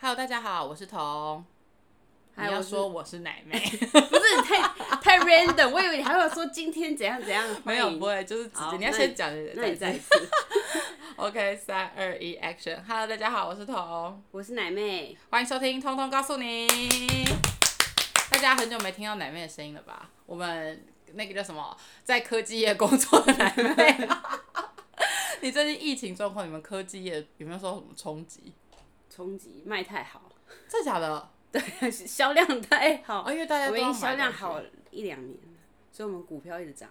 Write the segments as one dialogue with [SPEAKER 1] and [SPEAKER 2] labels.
[SPEAKER 1] 好，我是彤。你
[SPEAKER 2] 还有
[SPEAKER 1] 要
[SPEAKER 2] 我是
[SPEAKER 1] 说哎我是奶妹，
[SPEAKER 2] 不是你 太太 random，我以为你还会说今天怎样怎样。
[SPEAKER 1] 没有
[SPEAKER 2] 欢迎
[SPEAKER 1] 不会，就是直
[SPEAKER 2] 好
[SPEAKER 1] 接你要
[SPEAKER 2] 那
[SPEAKER 1] 先讲。
[SPEAKER 2] 那你再一
[SPEAKER 1] 再
[SPEAKER 2] 次。
[SPEAKER 1] OK，三二一，Action！Hello，大家好，我是彤，
[SPEAKER 2] 我是奶妹，
[SPEAKER 1] 欢迎收听《通通告诉你》。大家很久没听到奶妹的声音了吧？我们那个叫什么，在科技业工作的奶妹。 你最近疫情状况，你们科技业有没有受什么冲击？
[SPEAKER 2] 冲击卖太好，
[SPEAKER 1] 真的假的？
[SPEAKER 2] 销量太好，
[SPEAKER 1] 哦，因为大家
[SPEAKER 2] 我
[SPEAKER 1] 都
[SPEAKER 2] 们
[SPEAKER 1] 要买
[SPEAKER 2] 已经销量
[SPEAKER 1] 东西
[SPEAKER 2] 好一两年了，所以我们股票一直涨。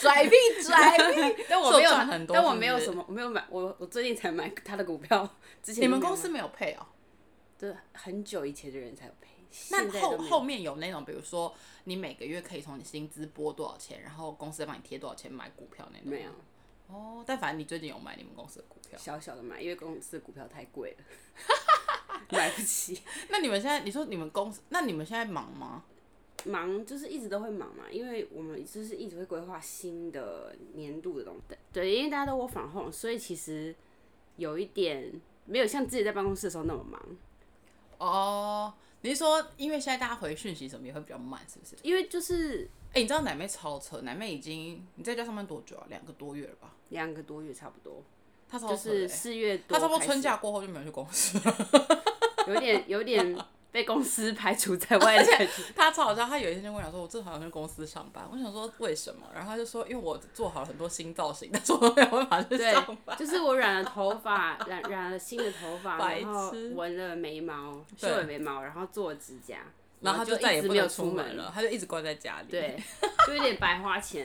[SPEAKER 1] 拽屁拽屁
[SPEAKER 2] 但
[SPEAKER 1] 是
[SPEAKER 2] 我
[SPEAKER 1] 我
[SPEAKER 2] 没有
[SPEAKER 1] 赚很多
[SPEAKER 2] 但我
[SPEAKER 1] 是不
[SPEAKER 2] 没有
[SPEAKER 1] 是
[SPEAKER 2] 什么，我没有买，我我最近才买他的股票，之前
[SPEAKER 1] 你们
[SPEAKER 2] 都没有
[SPEAKER 1] 公司
[SPEAKER 2] 买
[SPEAKER 1] 没有配哦？
[SPEAKER 2] 对很久以前的人才有赔，现
[SPEAKER 1] 那
[SPEAKER 2] 在
[SPEAKER 1] 后
[SPEAKER 2] 都没有
[SPEAKER 1] 后面有那种，比如说你每个月可以从你薪资拨多少钱，然后公司再帮你贴多少钱买股票那种。
[SPEAKER 2] 没有
[SPEAKER 1] 哦，但反正你最近有买你们公司的股票。
[SPEAKER 2] 小小的买，因为公司的股票太贵了， 买不起。
[SPEAKER 1] 那你们现在，你说你们公司，那你们现在忙吗？
[SPEAKER 2] 忙就是一直都会忙嘛，因为我们就是一直会规划新的年度的东西。对对，因为大家都我反后，所以其实有一点没有像自己在办公室的时候那么忙，
[SPEAKER 1] 哦，你是说因为现在大家回讯息什么也会比较慢，是不是？
[SPEAKER 2] 因为就是
[SPEAKER 1] 哎、你知道奶妹超扯，奶妹已经你在家上班多久啊？两个多月了吧？
[SPEAKER 2] 两个多月差不多，
[SPEAKER 1] 她超
[SPEAKER 2] 就
[SPEAKER 1] 扯的欸、
[SPEAKER 2] 是四月多，
[SPEAKER 1] 她差不多春假过后就没有去公司了。
[SPEAKER 2] 有点有点被公司排除 在外的感觉。
[SPEAKER 1] 他超好笑，他有一天就跟我讲说，我正好想去公司上班。我想说为什么？然后他就说，因为我做好了很多新造型，但是我都没有办法去
[SPEAKER 2] 对
[SPEAKER 1] 上班，。
[SPEAKER 2] 就是我染了头发，染染了新的头发，
[SPEAKER 1] 白痴
[SPEAKER 2] 然后纹了眉毛，修
[SPEAKER 1] 对
[SPEAKER 2] 了眉毛，然后做了指甲，
[SPEAKER 1] 然后
[SPEAKER 2] 我
[SPEAKER 1] 他
[SPEAKER 2] 就
[SPEAKER 1] 再也
[SPEAKER 2] 一直
[SPEAKER 1] 不
[SPEAKER 2] 没有
[SPEAKER 1] 能
[SPEAKER 2] 出
[SPEAKER 1] 门了，他就一直关在家里。，
[SPEAKER 2] 对，就有点白 花钱，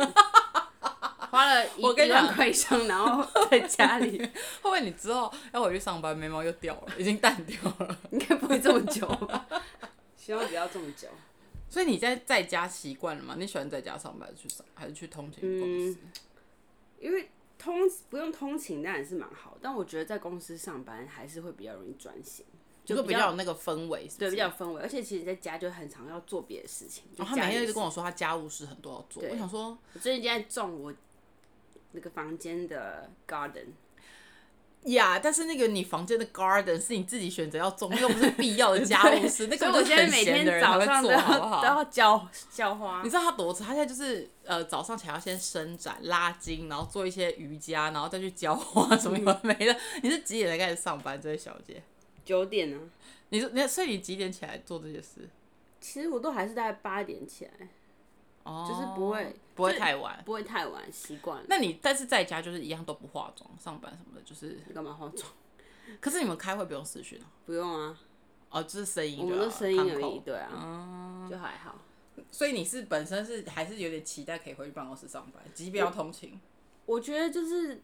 [SPEAKER 2] 花了一
[SPEAKER 1] 我跟
[SPEAKER 2] 一
[SPEAKER 1] 你讲
[SPEAKER 2] 万块以上，然后 在家里
[SPEAKER 1] 会不会你之后要回去上班，眉毛又掉了，已经淡掉了？
[SPEAKER 2] 应该不会这么久吧？希望不要这么久。
[SPEAKER 1] 所以你在在家习惯了吗？你喜欢在家上班，去上还是去通勤公司？
[SPEAKER 2] 嗯因为通不用通勤当然是蛮好，但我觉得在公司上班还是会比较容易专心，
[SPEAKER 1] 就
[SPEAKER 2] 就
[SPEAKER 1] 说比较有那个氛围，是不
[SPEAKER 2] 对
[SPEAKER 1] 是
[SPEAKER 2] 比较。有氛围，而且其实在家就很常要做别的事情。就
[SPEAKER 1] 然后
[SPEAKER 2] 家
[SPEAKER 1] 哦他每
[SPEAKER 2] 里
[SPEAKER 1] 天一直
[SPEAKER 2] 的
[SPEAKER 1] 跟我说他家务事很多要做，
[SPEAKER 2] 对
[SPEAKER 1] 我想说
[SPEAKER 2] 我最近在种我那个房间的 garden，
[SPEAKER 1] 呀但是那个你房间的 garden 是你自己选择要种，又不 是必要的哦家务事，那
[SPEAKER 2] 所
[SPEAKER 1] 个
[SPEAKER 2] 以我
[SPEAKER 1] 就是
[SPEAKER 2] 现在
[SPEAKER 1] 很
[SPEAKER 2] 每
[SPEAKER 1] 闲
[SPEAKER 2] 天
[SPEAKER 1] 的人才
[SPEAKER 2] 早
[SPEAKER 1] 会
[SPEAKER 2] 上都
[SPEAKER 1] 做，
[SPEAKER 2] 要
[SPEAKER 1] 好不好
[SPEAKER 2] 都？要浇浇花
[SPEAKER 1] 你。知道他多扯？他现在就是呃早上起来要先伸展、拉筋，然后做一些瑜伽，然后再去浇花什么有的没的。你是几点才开始上班，这位小姐？
[SPEAKER 2] 九点呢、
[SPEAKER 1] 你是你所以你几点起来做这些事？
[SPEAKER 2] 其实我都还是大概八点起
[SPEAKER 1] 哎
[SPEAKER 2] 来，
[SPEAKER 1] 哦
[SPEAKER 2] 就是不会
[SPEAKER 1] 不会
[SPEAKER 2] 就
[SPEAKER 1] 太晚。
[SPEAKER 2] 不会太晚，习惯了。
[SPEAKER 1] 那你但是在家就是一样都不化妆，上班什么的，就是。
[SPEAKER 2] 你干嘛化妆？
[SPEAKER 1] 可是你们开会不用视讯啊？
[SPEAKER 2] 不用啊，
[SPEAKER 1] 哦，就是声音就
[SPEAKER 2] 我
[SPEAKER 1] 好了，
[SPEAKER 2] 们都声音
[SPEAKER 1] 看
[SPEAKER 2] 而
[SPEAKER 1] 口嗯
[SPEAKER 2] 已，对啊，就还好。
[SPEAKER 1] 所以你是本身是还是有点期待可以回去办公室上班，即便要通勤。
[SPEAKER 2] 我觉得就是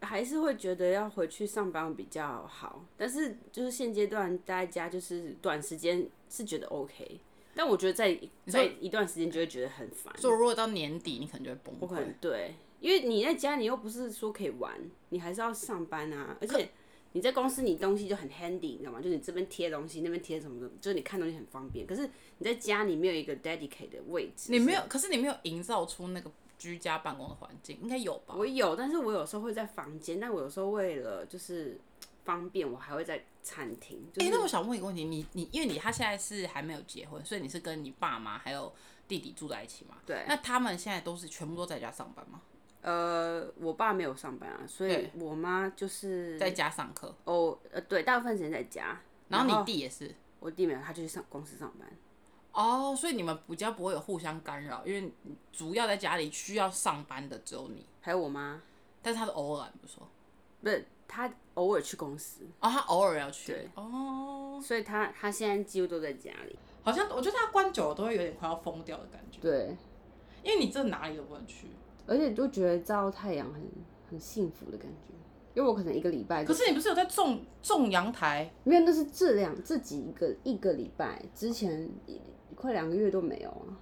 [SPEAKER 2] 还是会觉得要回去上班比较好，但是就是现阶段待在家就是短时间是觉得 OK，但我觉得在
[SPEAKER 1] 说
[SPEAKER 2] 在一段时间就会觉得很烦。
[SPEAKER 1] 所以如果到年底，你可能就会崩
[SPEAKER 2] 我可能
[SPEAKER 1] 溃。
[SPEAKER 2] 对，因为你在家你又不是说可以玩，你还是要上班啊，而且你在公司你东西就很 handy，你知道吗？就你这边贴东西，那边贴什么的，就是你看东西很方便。可是你在家里没有一个 dedicated 的位置，
[SPEAKER 1] 你没有，可是你没有营造出那个居家办公的环境，应该有吧？
[SPEAKER 2] 我有，但是我有时候会在房间，但我有时候为了就是方便，我还会在餐厅。就
[SPEAKER 1] 哎、
[SPEAKER 2] 是、
[SPEAKER 1] 那我想问一个问题，你你因为你他现在是还没有结婚，所以你是跟你爸妈还有弟弟住在一起嘛？
[SPEAKER 2] 对，
[SPEAKER 1] 那他们现在都是全部都在家上班吗？
[SPEAKER 2] 呃，我爸没有上班啊，所以
[SPEAKER 1] 对
[SPEAKER 2] 我妈就是
[SPEAKER 1] 在家上课，
[SPEAKER 2] 哦，呃，对，大部分时间在家。
[SPEAKER 1] 然后你弟也是
[SPEAKER 2] 我弟没有，他就去上公司上班。
[SPEAKER 1] 哦，所以你们比较不会有互相干扰，因为主要在家里需要上班的只有你，
[SPEAKER 2] 还有我妈，
[SPEAKER 1] 但是他是偶尔，你不是说
[SPEAKER 2] 不是他偶尔去公司，
[SPEAKER 1] 哦，他偶尔要去
[SPEAKER 2] 对
[SPEAKER 1] 哦，
[SPEAKER 2] 所以他他现在几乎都在家里。
[SPEAKER 1] 好像我觉得他关久了都会有点快要疯掉的感觉，
[SPEAKER 2] 对，
[SPEAKER 1] 因为你真的哪里都不能去。
[SPEAKER 2] 而且就觉得照太阳很很幸福的感觉，因为我可能一个礼拜
[SPEAKER 1] 可
[SPEAKER 2] 就是
[SPEAKER 1] 你不是有在种种阳台？
[SPEAKER 2] 没有，那是这两这几个一个礼拜之前一快两个月都没有啊。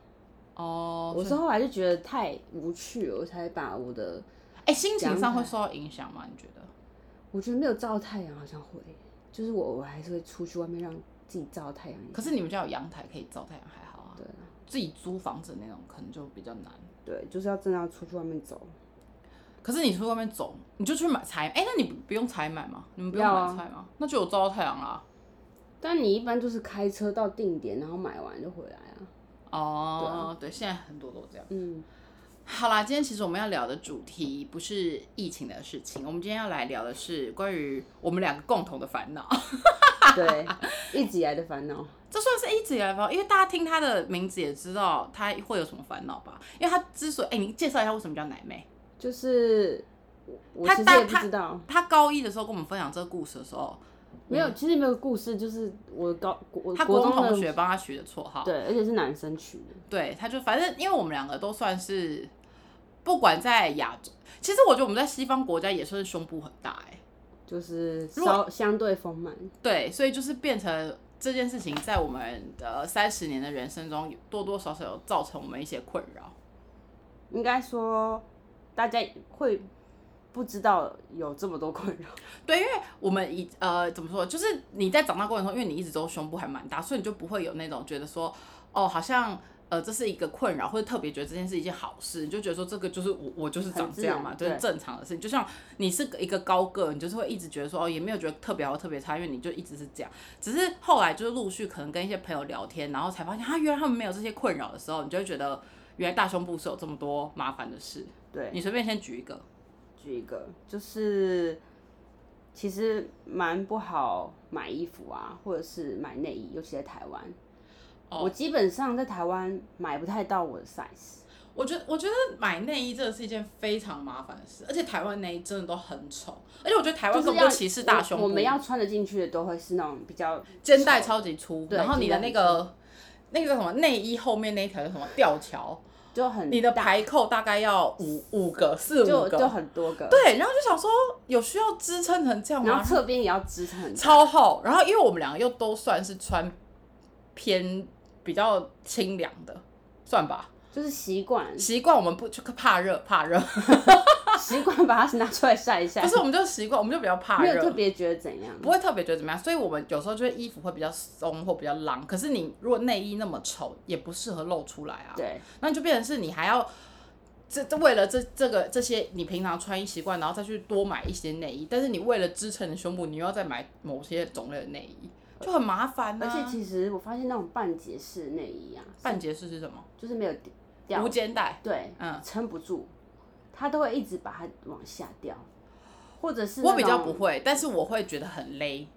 [SPEAKER 1] 哦
[SPEAKER 2] 我是后来就觉得太无趣了，我才把我的，
[SPEAKER 1] 哎、心情上会受到影响吗？你觉得？
[SPEAKER 2] 我觉得没有照太阳好像会，就是我我还是会出去外面让自己照太阳一下。
[SPEAKER 1] 可是你们家有阳台可以照太阳，还好啊。
[SPEAKER 2] 对啊
[SPEAKER 1] 自己租房子那种可能就比较难。
[SPEAKER 2] 对，就是要真的要出去外面走，
[SPEAKER 1] 可是你出去外面走，你就去买采，哎、那你不不用采买吗？你们不用
[SPEAKER 2] 要
[SPEAKER 1] 买
[SPEAKER 2] 啊
[SPEAKER 1] 菜吗？那就有照到太阳啦。
[SPEAKER 2] 但你一般就是开车到定点，然后买完就回来啊。
[SPEAKER 1] 哦，对，现在很多都这样。
[SPEAKER 2] 嗯，
[SPEAKER 1] 好啦，今天其实我们要聊的主题不是疫情的事情，我们今天要来聊的是关于我们两个共同的烦恼。
[SPEAKER 2] 对，一直以来的烦恼。
[SPEAKER 1] 这算是一直以来的烦恼，因为大家听他的名字也知道他会有什么烦恼吧？因为他之所以，哎、你介绍一下为什么叫奶妹？
[SPEAKER 2] 就是我我
[SPEAKER 1] 他
[SPEAKER 2] 其实
[SPEAKER 1] 大
[SPEAKER 2] 也不
[SPEAKER 1] 他
[SPEAKER 2] 知道，
[SPEAKER 1] 他高一的时候跟我们分享这个故事的时候，
[SPEAKER 2] 没有，其实没有故事，就是我高我
[SPEAKER 1] 他
[SPEAKER 2] 国
[SPEAKER 1] 中
[SPEAKER 2] 中
[SPEAKER 1] 同
[SPEAKER 2] 的
[SPEAKER 1] 学帮他取的绰号，
[SPEAKER 2] 对，而且是男生取的，
[SPEAKER 1] 对，他就反正因为我们两个都算是，不管在亚洲，其实我觉得我们在西方国家也算是胸部很大哎、
[SPEAKER 2] 就是
[SPEAKER 1] 如果
[SPEAKER 2] 稍相对丰满。
[SPEAKER 1] 对，所以就是变成这件事情在我们的三十年的人生中，多多少少有造成我们一些困扰。
[SPEAKER 2] 应该说大家会不知道有这么多困扰，
[SPEAKER 1] 对，因为我们以呃怎么说，就是你在长大过程中，因为你一直都胸部还蛮大，所以你就不会有那种觉得说，哦，好像呃这是一个困扰，或者特别觉得这件是一件好事，你就觉得说这个就是我我就是长
[SPEAKER 2] 很自
[SPEAKER 1] 这样
[SPEAKER 2] 然
[SPEAKER 1] 嘛，就是
[SPEAKER 2] 对
[SPEAKER 1] 正常的事情。就像你是一个高个，你就是会一直觉得说哦，也没有觉得特别好特别差，因为你就一直是这样。只是后来就是陆续可能跟一些朋友聊天，然后才发现啊，原来他们没有这些困扰的时候，你就会觉得原来大胸部是有这么多麻烦的事。
[SPEAKER 2] 对，
[SPEAKER 1] 你随便先举一个，
[SPEAKER 2] 举一个，就是其实蛮不好买衣服啊，或者是买内衣，尤其在台湾。
[SPEAKER 1] 哦
[SPEAKER 2] 我基本上在台湾买不太到我的 size，
[SPEAKER 1] 我觉得，我觉得买内衣真的是一件非常麻烦的事，而且台湾内衣真的都很丑，而且我觉得台湾
[SPEAKER 2] 就是
[SPEAKER 1] 更
[SPEAKER 2] 要
[SPEAKER 1] 不歧视大胸部，
[SPEAKER 2] 我。我们要穿得进去的都会是那种比较
[SPEAKER 1] 肩带超级粗，
[SPEAKER 2] 对
[SPEAKER 1] 然后你的那
[SPEAKER 2] 肩带很
[SPEAKER 1] 个那个叫什么内衣后面那一条叫什么吊桥，
[SPEAKER 2] 就很
[SPEAKER 1] 你的
[SPEAKER 2] 嗯大
[SPEAKER 1] 排扣大概要五五个四
[SPEAKER 2] 就
[SPEAKER 1] 五
[SPEAKER 2] 就
[SPEAKER 1] 个，
[SPEAKER 2] 很多个，
[SPEAKER 1] 对，然后就想说有需要支撑成这样
[SPEAKER 2] 然后
[SPEAKER 1] 吗？
[SPEAKER 2] 侧边也要支撑很大，
[SPEAKER 1] 超厚，然后因为我们两个又都算是穿偏比较清凉的，算吧，
[SPEAKER 2] 就是习惯
[SPEAKER 1] 习惯我们不就怕热怕热，
[SPEAKER 2] 习惯把它拿出来晒一晒，
[SPEAKER 1] 不是我们就习惯我们就比较怕
[SPEAKER 2] 没
[SPEAKER 1] 热，
[SPEAKER 2] 有特别觉得怎样，
[SPEAKER 1] 不会特别觉得怎么样，所以我们有时候就是衣服会比较松或比较浪，可是你如果内衣那么丑，也不适合露出来啊。
[SPEAKER 2] 对，
[SPEAKER 1] 那你就变成是你还要这这为了这这个这些你平常穿衣习惯，然后再去多买一些内衣，但是你为了支撑你的胸部，你又要再买某些种类的内衣，就很麻烦呢、
[SPEAKER 2] 而且
[SPEAKER 1] 啊。
[SPEAKER 2] 其实我发现那种半截式内衣啊，
[SPEAKER 1] 半截式是什么？
[SPEAKER 2] 就是没有掉
[SPEAKER 1] 无，肩带。
[SPEAKER 2] 对，
[SPEAKER 1] 嗯
[SPEAKER 2] 撑不住，它都会一直把它往下掉，或者是
[SPEAKER 1] 我
[SPEAKER 2] 那
[SPEAKER 1] 比较
[SPEAKER 2] 种
[SPEAKER 1] 不，会，但是我会觉得很勒，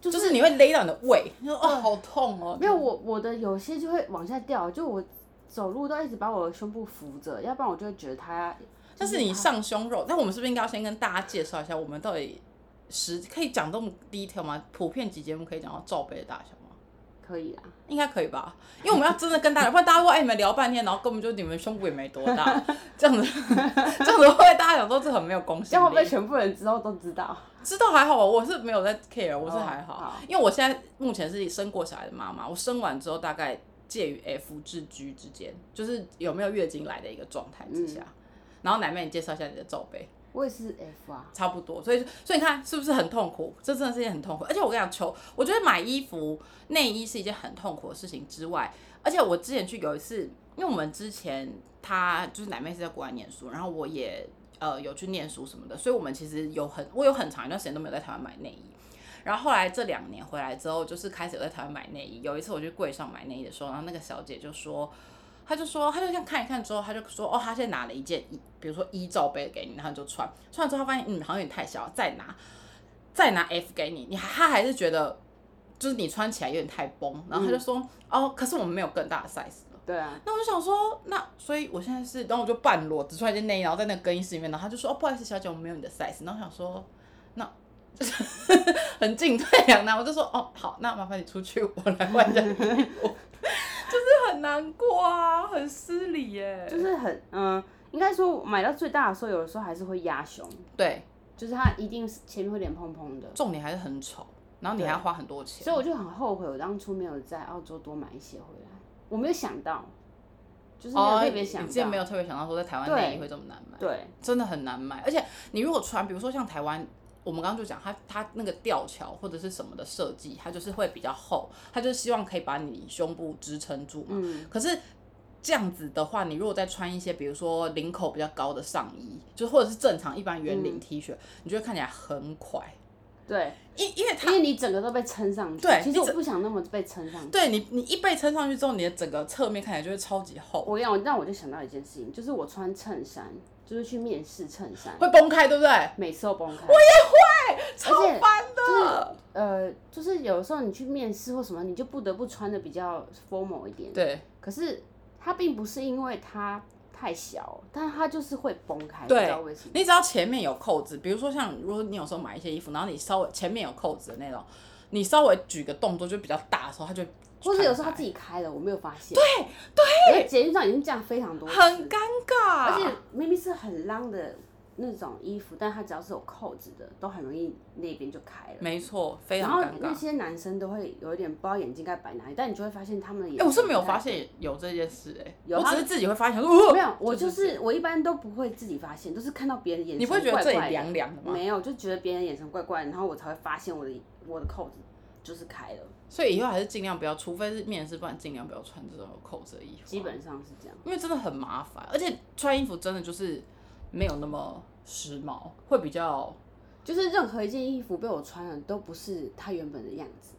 [SPEAKER 2] 就
[SPEAKER 1] 就是你会勒到你的胃，你说哦好痛哦。
[SPEAKER 2] 没有我我的有些就会往下掉，就我走路都一直把我的胸部扶着，要不然我就会觉得它。
[SPEAKER 1] 但
[SPEAKER 2] 嗯
[SPEAKER 1] 是你上胸肉，那我们是不是应该要先跟大家介绍一下，我们到底实可以讲这么低调吗？普遍级节目可以讲到罩杯的大小吗？
[SPEAKER 2] 可以啊啦，
[SPEAKER 1] 应该可以吧？因为我们要真的跟大 家，不然大家说哎、你们聊半天，然后根本就你们胸部也没多大，这样子这样子会不会大家想说这很没有公
[SPEAKER 2] 这
[SPEAKER 1] 信
[SPEAKER 2] 样会不会
[SPEAKER 1] 力？
[SPEAKER 2] 全部人之后都知道？
[SPEAKER 1] 知道还好吧，我是没有在 care，我是还好，
[SPEAKER 2] 哦好
[SPEAKER 1] 因为我现在目前是生过小孩的妈妈，我生完之后大概介于 F 至 G 之间，就是有没有月经来的一个状态之
[SPEAKER 2] 嗯
[SPEAKER 1] 下。然后奶妹，你介绍一下你的罩杯。
[SPEAKER 2] 我也是 F 啊，
[SPEAKER 1] 差不多，所以所以你看是不是很痛苦？这真的是一件很痛苦，而且我跟你讲，求我觉得买衣服内衣是一件很痛苦的事情之外，而且我之前去有一次，因为我们之前她就是奶妹是在国外念书，然后我也呃有去念书什么的，所以我们其实有很我有很长一段时间都没有在台湾买内衣。然后后来这两年回来之后，就是开始有在台湾买内衣。有一次我去柜上买内衣的时候，然后那个小姐就说，他就说，他就这样看一看之后，他就说，哦，他现在拿了一件衣，比如说衣罩杯给你，然后你就穿，穿完之后他发现，嗯，好像有点太小，再拿，再拿 F 给你，你还他还是觉得，就是你穿起来有点太崩，然后他就说，哦，可是我们没有更大的 size 了。
[SPEAKER 2] 对啊，
[SPEAKER 1] 那我就想说，那所以我现在是，然后我就半裸只穿一件内衣，然后在那个更衣室里面，然后他就说，哦，不好意思，小姐，我们没有你的 size。然后我想说，那很进退两难，我就说，哦，好，那麻烦你出去，我来换一件衣服， 就是很难过啊，很失礼耶。
[SPEAKER 2] 就是很嗯、应该说我买到最大的时候，有的时候还是会压胸，
[SPEAKER 1] 对，
[SPEAKER 2] 就是它一定是前面会脸砰砰的，
[SPEAKER 1] 重点还是很丑，然后你还要花很多钱。
[SPEAKER 2] 所以我就很后悔，我当初没有在澳洲多买一些回来，我没有想到，就是没有
[SPEAKER 1] 哦，
[SPEAKER 2] 特别
[SPEAKER 1] 你
[SPEAKER 2] 想
[SPEAKER 1] 之
[SPEAKER 2] 到，
[SPEAKER 1] 前没有特别想到说在台湾
[SPEAKER 2] 对
[SPEAKER 1] 内衣会这么难买。
[SPEAKER 2] 对，
[SPEAKER 1] 真的很难买。而且你如果穿，比如说像台湾，我们刚刚就讲它它那个吊桥或者是什么的设计，它就是会比较厚，它就是希望可以把你胸部支撑住嘛。
[SPEAKER 2] 嗯
[SPEAKER 1] 可是这样子的话，你如果再穿一些，比如说领口比较高的上衣，就或者是正常一般圆领 T 恤，你就会看起来很垮。
[SPEAKER 2] 对，
[SPEAKER 1] 因因为
[SPEAKER 2] 因为你整个都被撑上去。
[SPEAKER 1] 对
[SPEAKER 2] 其
[SPEAKER 1] 你
[SPEAKER 2] 实我
[SPEAKER 1] 整
[SPEAKER 2] 不想那么被撑上去。
[SPEAKER 1] 对你你一被撑上去之后，你的整个侧面看起来就会超级厚，
[SPEAKER 2] 我跟你讲，但我就想到一件事情，就是我穿衬衫，就是去面试衬衫，
[SPEAKER 1] 会崩开，对不对？
[SPEAKER 2] 每次都崩开。我也会，超烦的。就是呃，就是有时候你去面试或什么，你就不得不穿的比较 formal 一点。
[SPEAKER 1] 对
[SPEAKER 2] 可是它并不是因为它太小，但它就是会崩开，不知
[SPEAKER 1] 对
[SPEAKER 2] 道为什么。
[SPEAKER 1] 你只要前面有扣子，比如说像如果你有时候买一些衣服，然后你稍微前面有扣子的那种，你稍微举个动作就比较大的时候，它就会
[SPEAKER 2] 或者有时
[SPEAKER 1] 弹
[SPEAKER 2] 候它
[SPEAKER 1] 开
[SPEAKER 2] 自己开了，我没有发现。对对，捷运上已经这样非常多次，
[SPEAKER 1] 很尴尬，
[SPEAKER 2] 而且明明是很浪的那种衣服，但它只要是有扣子的，都很容易那边就开了。
[SPEAKER 1] 没错，非
[SPEAKER 2] 然
[SPEAKER 1] 常
[SPEAKER 2] 后
[SPEAKER 1] 尴
[SPEAKER 2] 那
[SPEAKER 1] 尬。
[SPEAKER 2] 些男生都会有一点不知道眼睛该摆哪里，但你就会发现他们的眼
[SPEAKER 1] 哎、
[SPEAKER 2] 睛。
[SPEAKER 1] 我是没有发，现有这件事、哎，
[SPEAKER 2] 有
[SPEAKER 1] 我
[SPEAKER 2] 他
[SPEAKER 1] 只是自己会发现，说，呃
[SPEAKER 2] 没有，我
[SPEAKER 1] 就
[SPEAKER 2] 就是是我一般都不会自己发现，都是看到别人眼神
[SPEAKER 1] 你不会觉得
[SPEAKER 2] 怪
[SPEAKER 1] 这里
[SPEAKER 2] 怪的
[SPEAKER 1] 凉凉的吗？
[SPEAKER 2] 没有，就觉得别人眼神怪怪的，然后我才会发现我的我的扣子就是开了，
[SPEAKER 1] 所以以后还是尽量不要，除非是面试，不然尽量不要穿这种有扣子的衣服啊。
[SPEAKER 2] 基本上是这样。
[SPEAKER 1] 因为真的很麻烦，而且穿衣服真的就是没有那么时髦，会比较
[SPEAKER 2] 就是任何一件衣服被我穿了，都不是它原本的样子。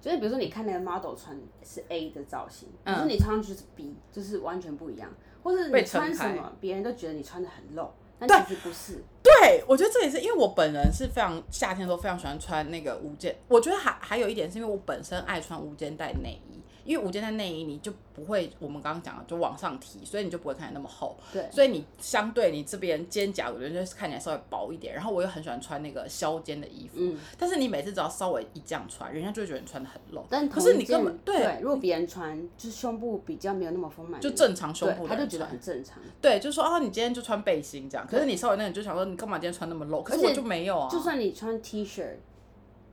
[SPEAKER 2] 就是比如说，你看那个 model 穿是 A 的造型，可是你穿上去是 B，就是完全不一样。或是
[SPEAKER 1] 嗯被
[SPEAKER 2] 你
[SPEAKER 1] 撑
[SPEAKER 2] 穿什
[SPEAKER 1] 开
[SPEAKER 2] 么，别人都觉得你穿的很露，但其实不是。
[SPEAKER 1] 对，我觉得这也是因为我本人是非常夏天的时候非常喜欢穿那个无肩，我觉得还还有一点是因为我本身爱穿无肩带内衣，因为无肩带内衣你就不会我们刚刚讲的就往上提，所以你就不会看起来那么厚，
[SPEAKER 2] 对，
[SPEAKER 1] 所以你相对你这边肩胛我觉得就是看起来稍微薄一点，然后我又很喜欢穿那个削肩的衣服，
[SPEAKER 2] 嗯
[SPEAKER 1] 但是你每次只要稍微一这样穿，人家就会觉得你穿的很露，
[SPEAKER 2] 但
[SPEAKER 1] 可
[SPEAKER 2] 同
[SPEAKER 1] 是
[SPEAKER 2] 一
[SPEAKER 1] 你根
[SPEAKER 2] 件
[SPEAKER 1] 本
[SPEAKER 2] 对
[SPEAKER 1] 对
[SPEAKER 2] 如果别人穿就是胸部比较没有那么丰满的
[SPEAKER 1] 就
[SPEAKER 2] 人，
[SPEAKER 1] 正常胸部
[SPEAKER 2] 对，他
[SPEAKER 1] 的人
[SPEAKER 2] 就觉得
[SPEAKER 1] 穿。
[SPEAKER 2] 很正常。
[SPEAKER 1] 对，就说哦，你今天就穿背心这样，可是你稍微那个你就想说，你干嘛今天穿那么露？可是
[SPEAKER 2] 而且
[SPEAKER 1] 我就没有啊。
[SPEAKER 2] 就算你穿 T 恤，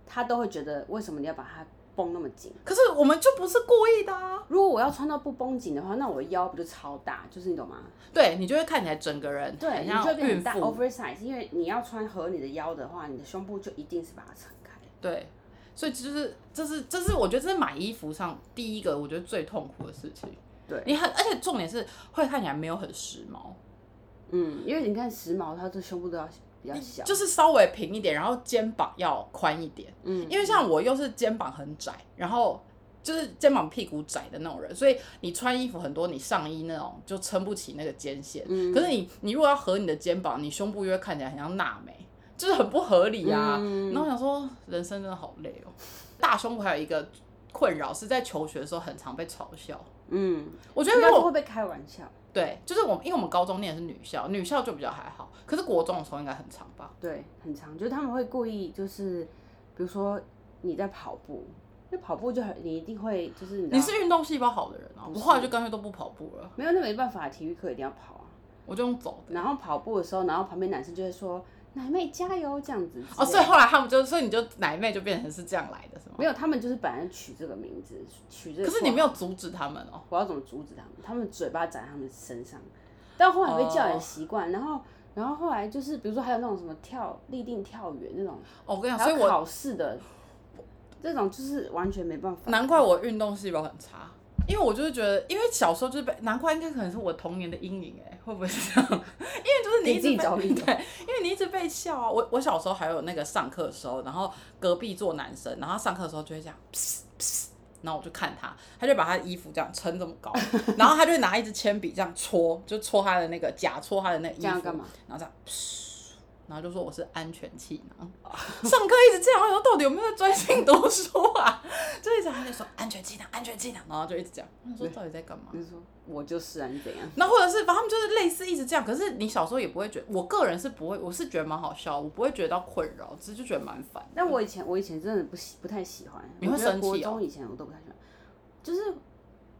[SPEAKER 2] 他都会觉得为什么你要把它绷那么紧？
[SPEAKER 1] 可是我们就不是故意的啊。
[SPEAKER 2] 如果我要穿到不绷紧的话，那我的腰不就超大？就是你懂吗？
[SPEAKER 1] 对你就会看起来整个人
[SPEAKER 2] 对，
[SPEAKER 1] 很
[SPEAKER 2] 你就会
[SPEAKER 1] 像
[SPEAKER 2] 变
[SPEAKER 1] 孕
[SPEAKER 2] 很大
[SPEAKER 1] 妇，
[SPEAKER 2] oversize，因为你要穿合你的腰的话，你的胸部就一定是把它撑开。
[SPEAKER 1] 对，所以就是这是这是我觉得这是买衣服上第一个我觉得最痛苦的事情。
[SPEAKER 2] 对，
[SPEAKER 1] 你很而且重点是会看起来没有很时髦，
[SPEAKER 2] 嗯，因为你看时髦，它的胸部都要比较小，
[SPEAKER 1] 就是稍微平一点，然后肩膀要宽一点。
[SPEAKER 2] 嗯，
[SPEAKER 1] 因为像我又是肩膀很窄，然后就是肩膀屁股窄的那种人，所以你穿衣服很多，你上衣那种就撑不起那个肩线。
[SPEAKER 2] 嗯
[SPEAKER 1] 可是你你如果要合你的肩膀，你胸部又会看起来很像娜美， 就是很不合理啊。
[SPEAKER 2] 嗯
[SPEAKER 1] 然后我想说，人生真的好累哦。大胸部还有一个困扰是在求学的时候很常被嘲笑。
[SPEAKER 2] 嗯，
[SPEAKER 1] 我
[SPEAKER 2] 我
[SPEAKER 1] 觉得如果
[SPEAKER 2] 会被开玩笑，
[SPEAKER 1] 对，就是我们，因为我们高中念的是女校，女校就比较还好，可是国中的时候应该很常吧？
[SPEAKER 2] 对，很长，就是他们会故意就是，比如说你在跑步，那跑步就很，你一定会就是你知道
[SPEAKER 1] 你是运动细胞好的人啊，
[SPEAKER 2] 不
[SPEAKER 1] 我
[SPEAKER 2] 是
[SPEAKER 1] 后来就干脆都不跑步了，
[SPEAKER 2] 没有那没办法，体育课一定要跑啊。
[SPEAKER 1] 我就用走的。
[SPEAKER 2] 然后跑步的时候，然后旁边男生就会说奶妹加油这样子之
[SPEAKER 1] 哦，
[SPEAKER 2] 类
[SPEAKER 1] 所以
[SPEAKER 2] 的
[SPEAKER 1] 后来他们就，所以你就奶妹就变成是这样来的，是吗？
[SPEAKER 2] 没有，他们就是本来就取这个名字，取这个绰
[SPEAKER 1] 可
[SPEAKER 2] 号。
[SPEAKER 1] 是你没有阻止他们哦。
[SPEAKER 2] 我要怎么阻止他们？他们嘴巴长在他们身上，但后来被
[SPEAKER 1] 哦
[SPEAKER 2] 叫人习惯，然后然后后来就是比如说还有那种什么跳立定跳远那种，
[SPEAKER 1] 哦，我跟你讲，
[SPEAKER 2] 还
[SPEAKER 1] 所以
[SPEAKER 2] 有
[SPEAKER 1] 我
[SPEAKER 2] 考试的这种就是完全没办法。
[SPEAKER 1] 难怪我运动细胞很差，因为我就是觉得，因为小时候就是被，难怪应该可能是我童年的阴影哎、会不会是这样？因 为就是你一
[SPEAKER 2] 你自己
[SPEAKER 1] 直被
[SPEAKER 2] 找理由
[SPEAKER 1] 对，因为你一直被笑啊。我我小时候还有那个上课的时候，然后隔壁坐男生，然后他上课的时候就会这样，然后我就看他，他就把他的衣服这样撑这么高， 然后他就拿一支铅笔这样戳，就戳他的那个假戳他的那个衣服，
[SPEAKER 2] 这样干嘛？
[SPEAKER 1] 然后这样，然后就说我是安全气囊。上课一直这样，我想说到底有没有在专心读书啊？就一直他就说安全气囊，安全气囊，然后就一直讲，他说到底在干嘛？
[SPEAKER 2] 你说我就是啊，你怎样？
[SPEAKER 1] 然后或者是，反正他们就是类似一直这样。可是你小时候也不会觉得，我个人是不会，我是觉得蛮好笑，我不会觉得到困扰，只是就觉得蛮烦。
[SPEAKER 2] 但我以前我以前真的不喜不太喜欢，
[SPEAKER 1] 嗯你会
[SPEAKER 2] 我觉得
[SPEAKER 1] 生气哦
[SPEAKER 2] 国中以前我都不太喜欢，就是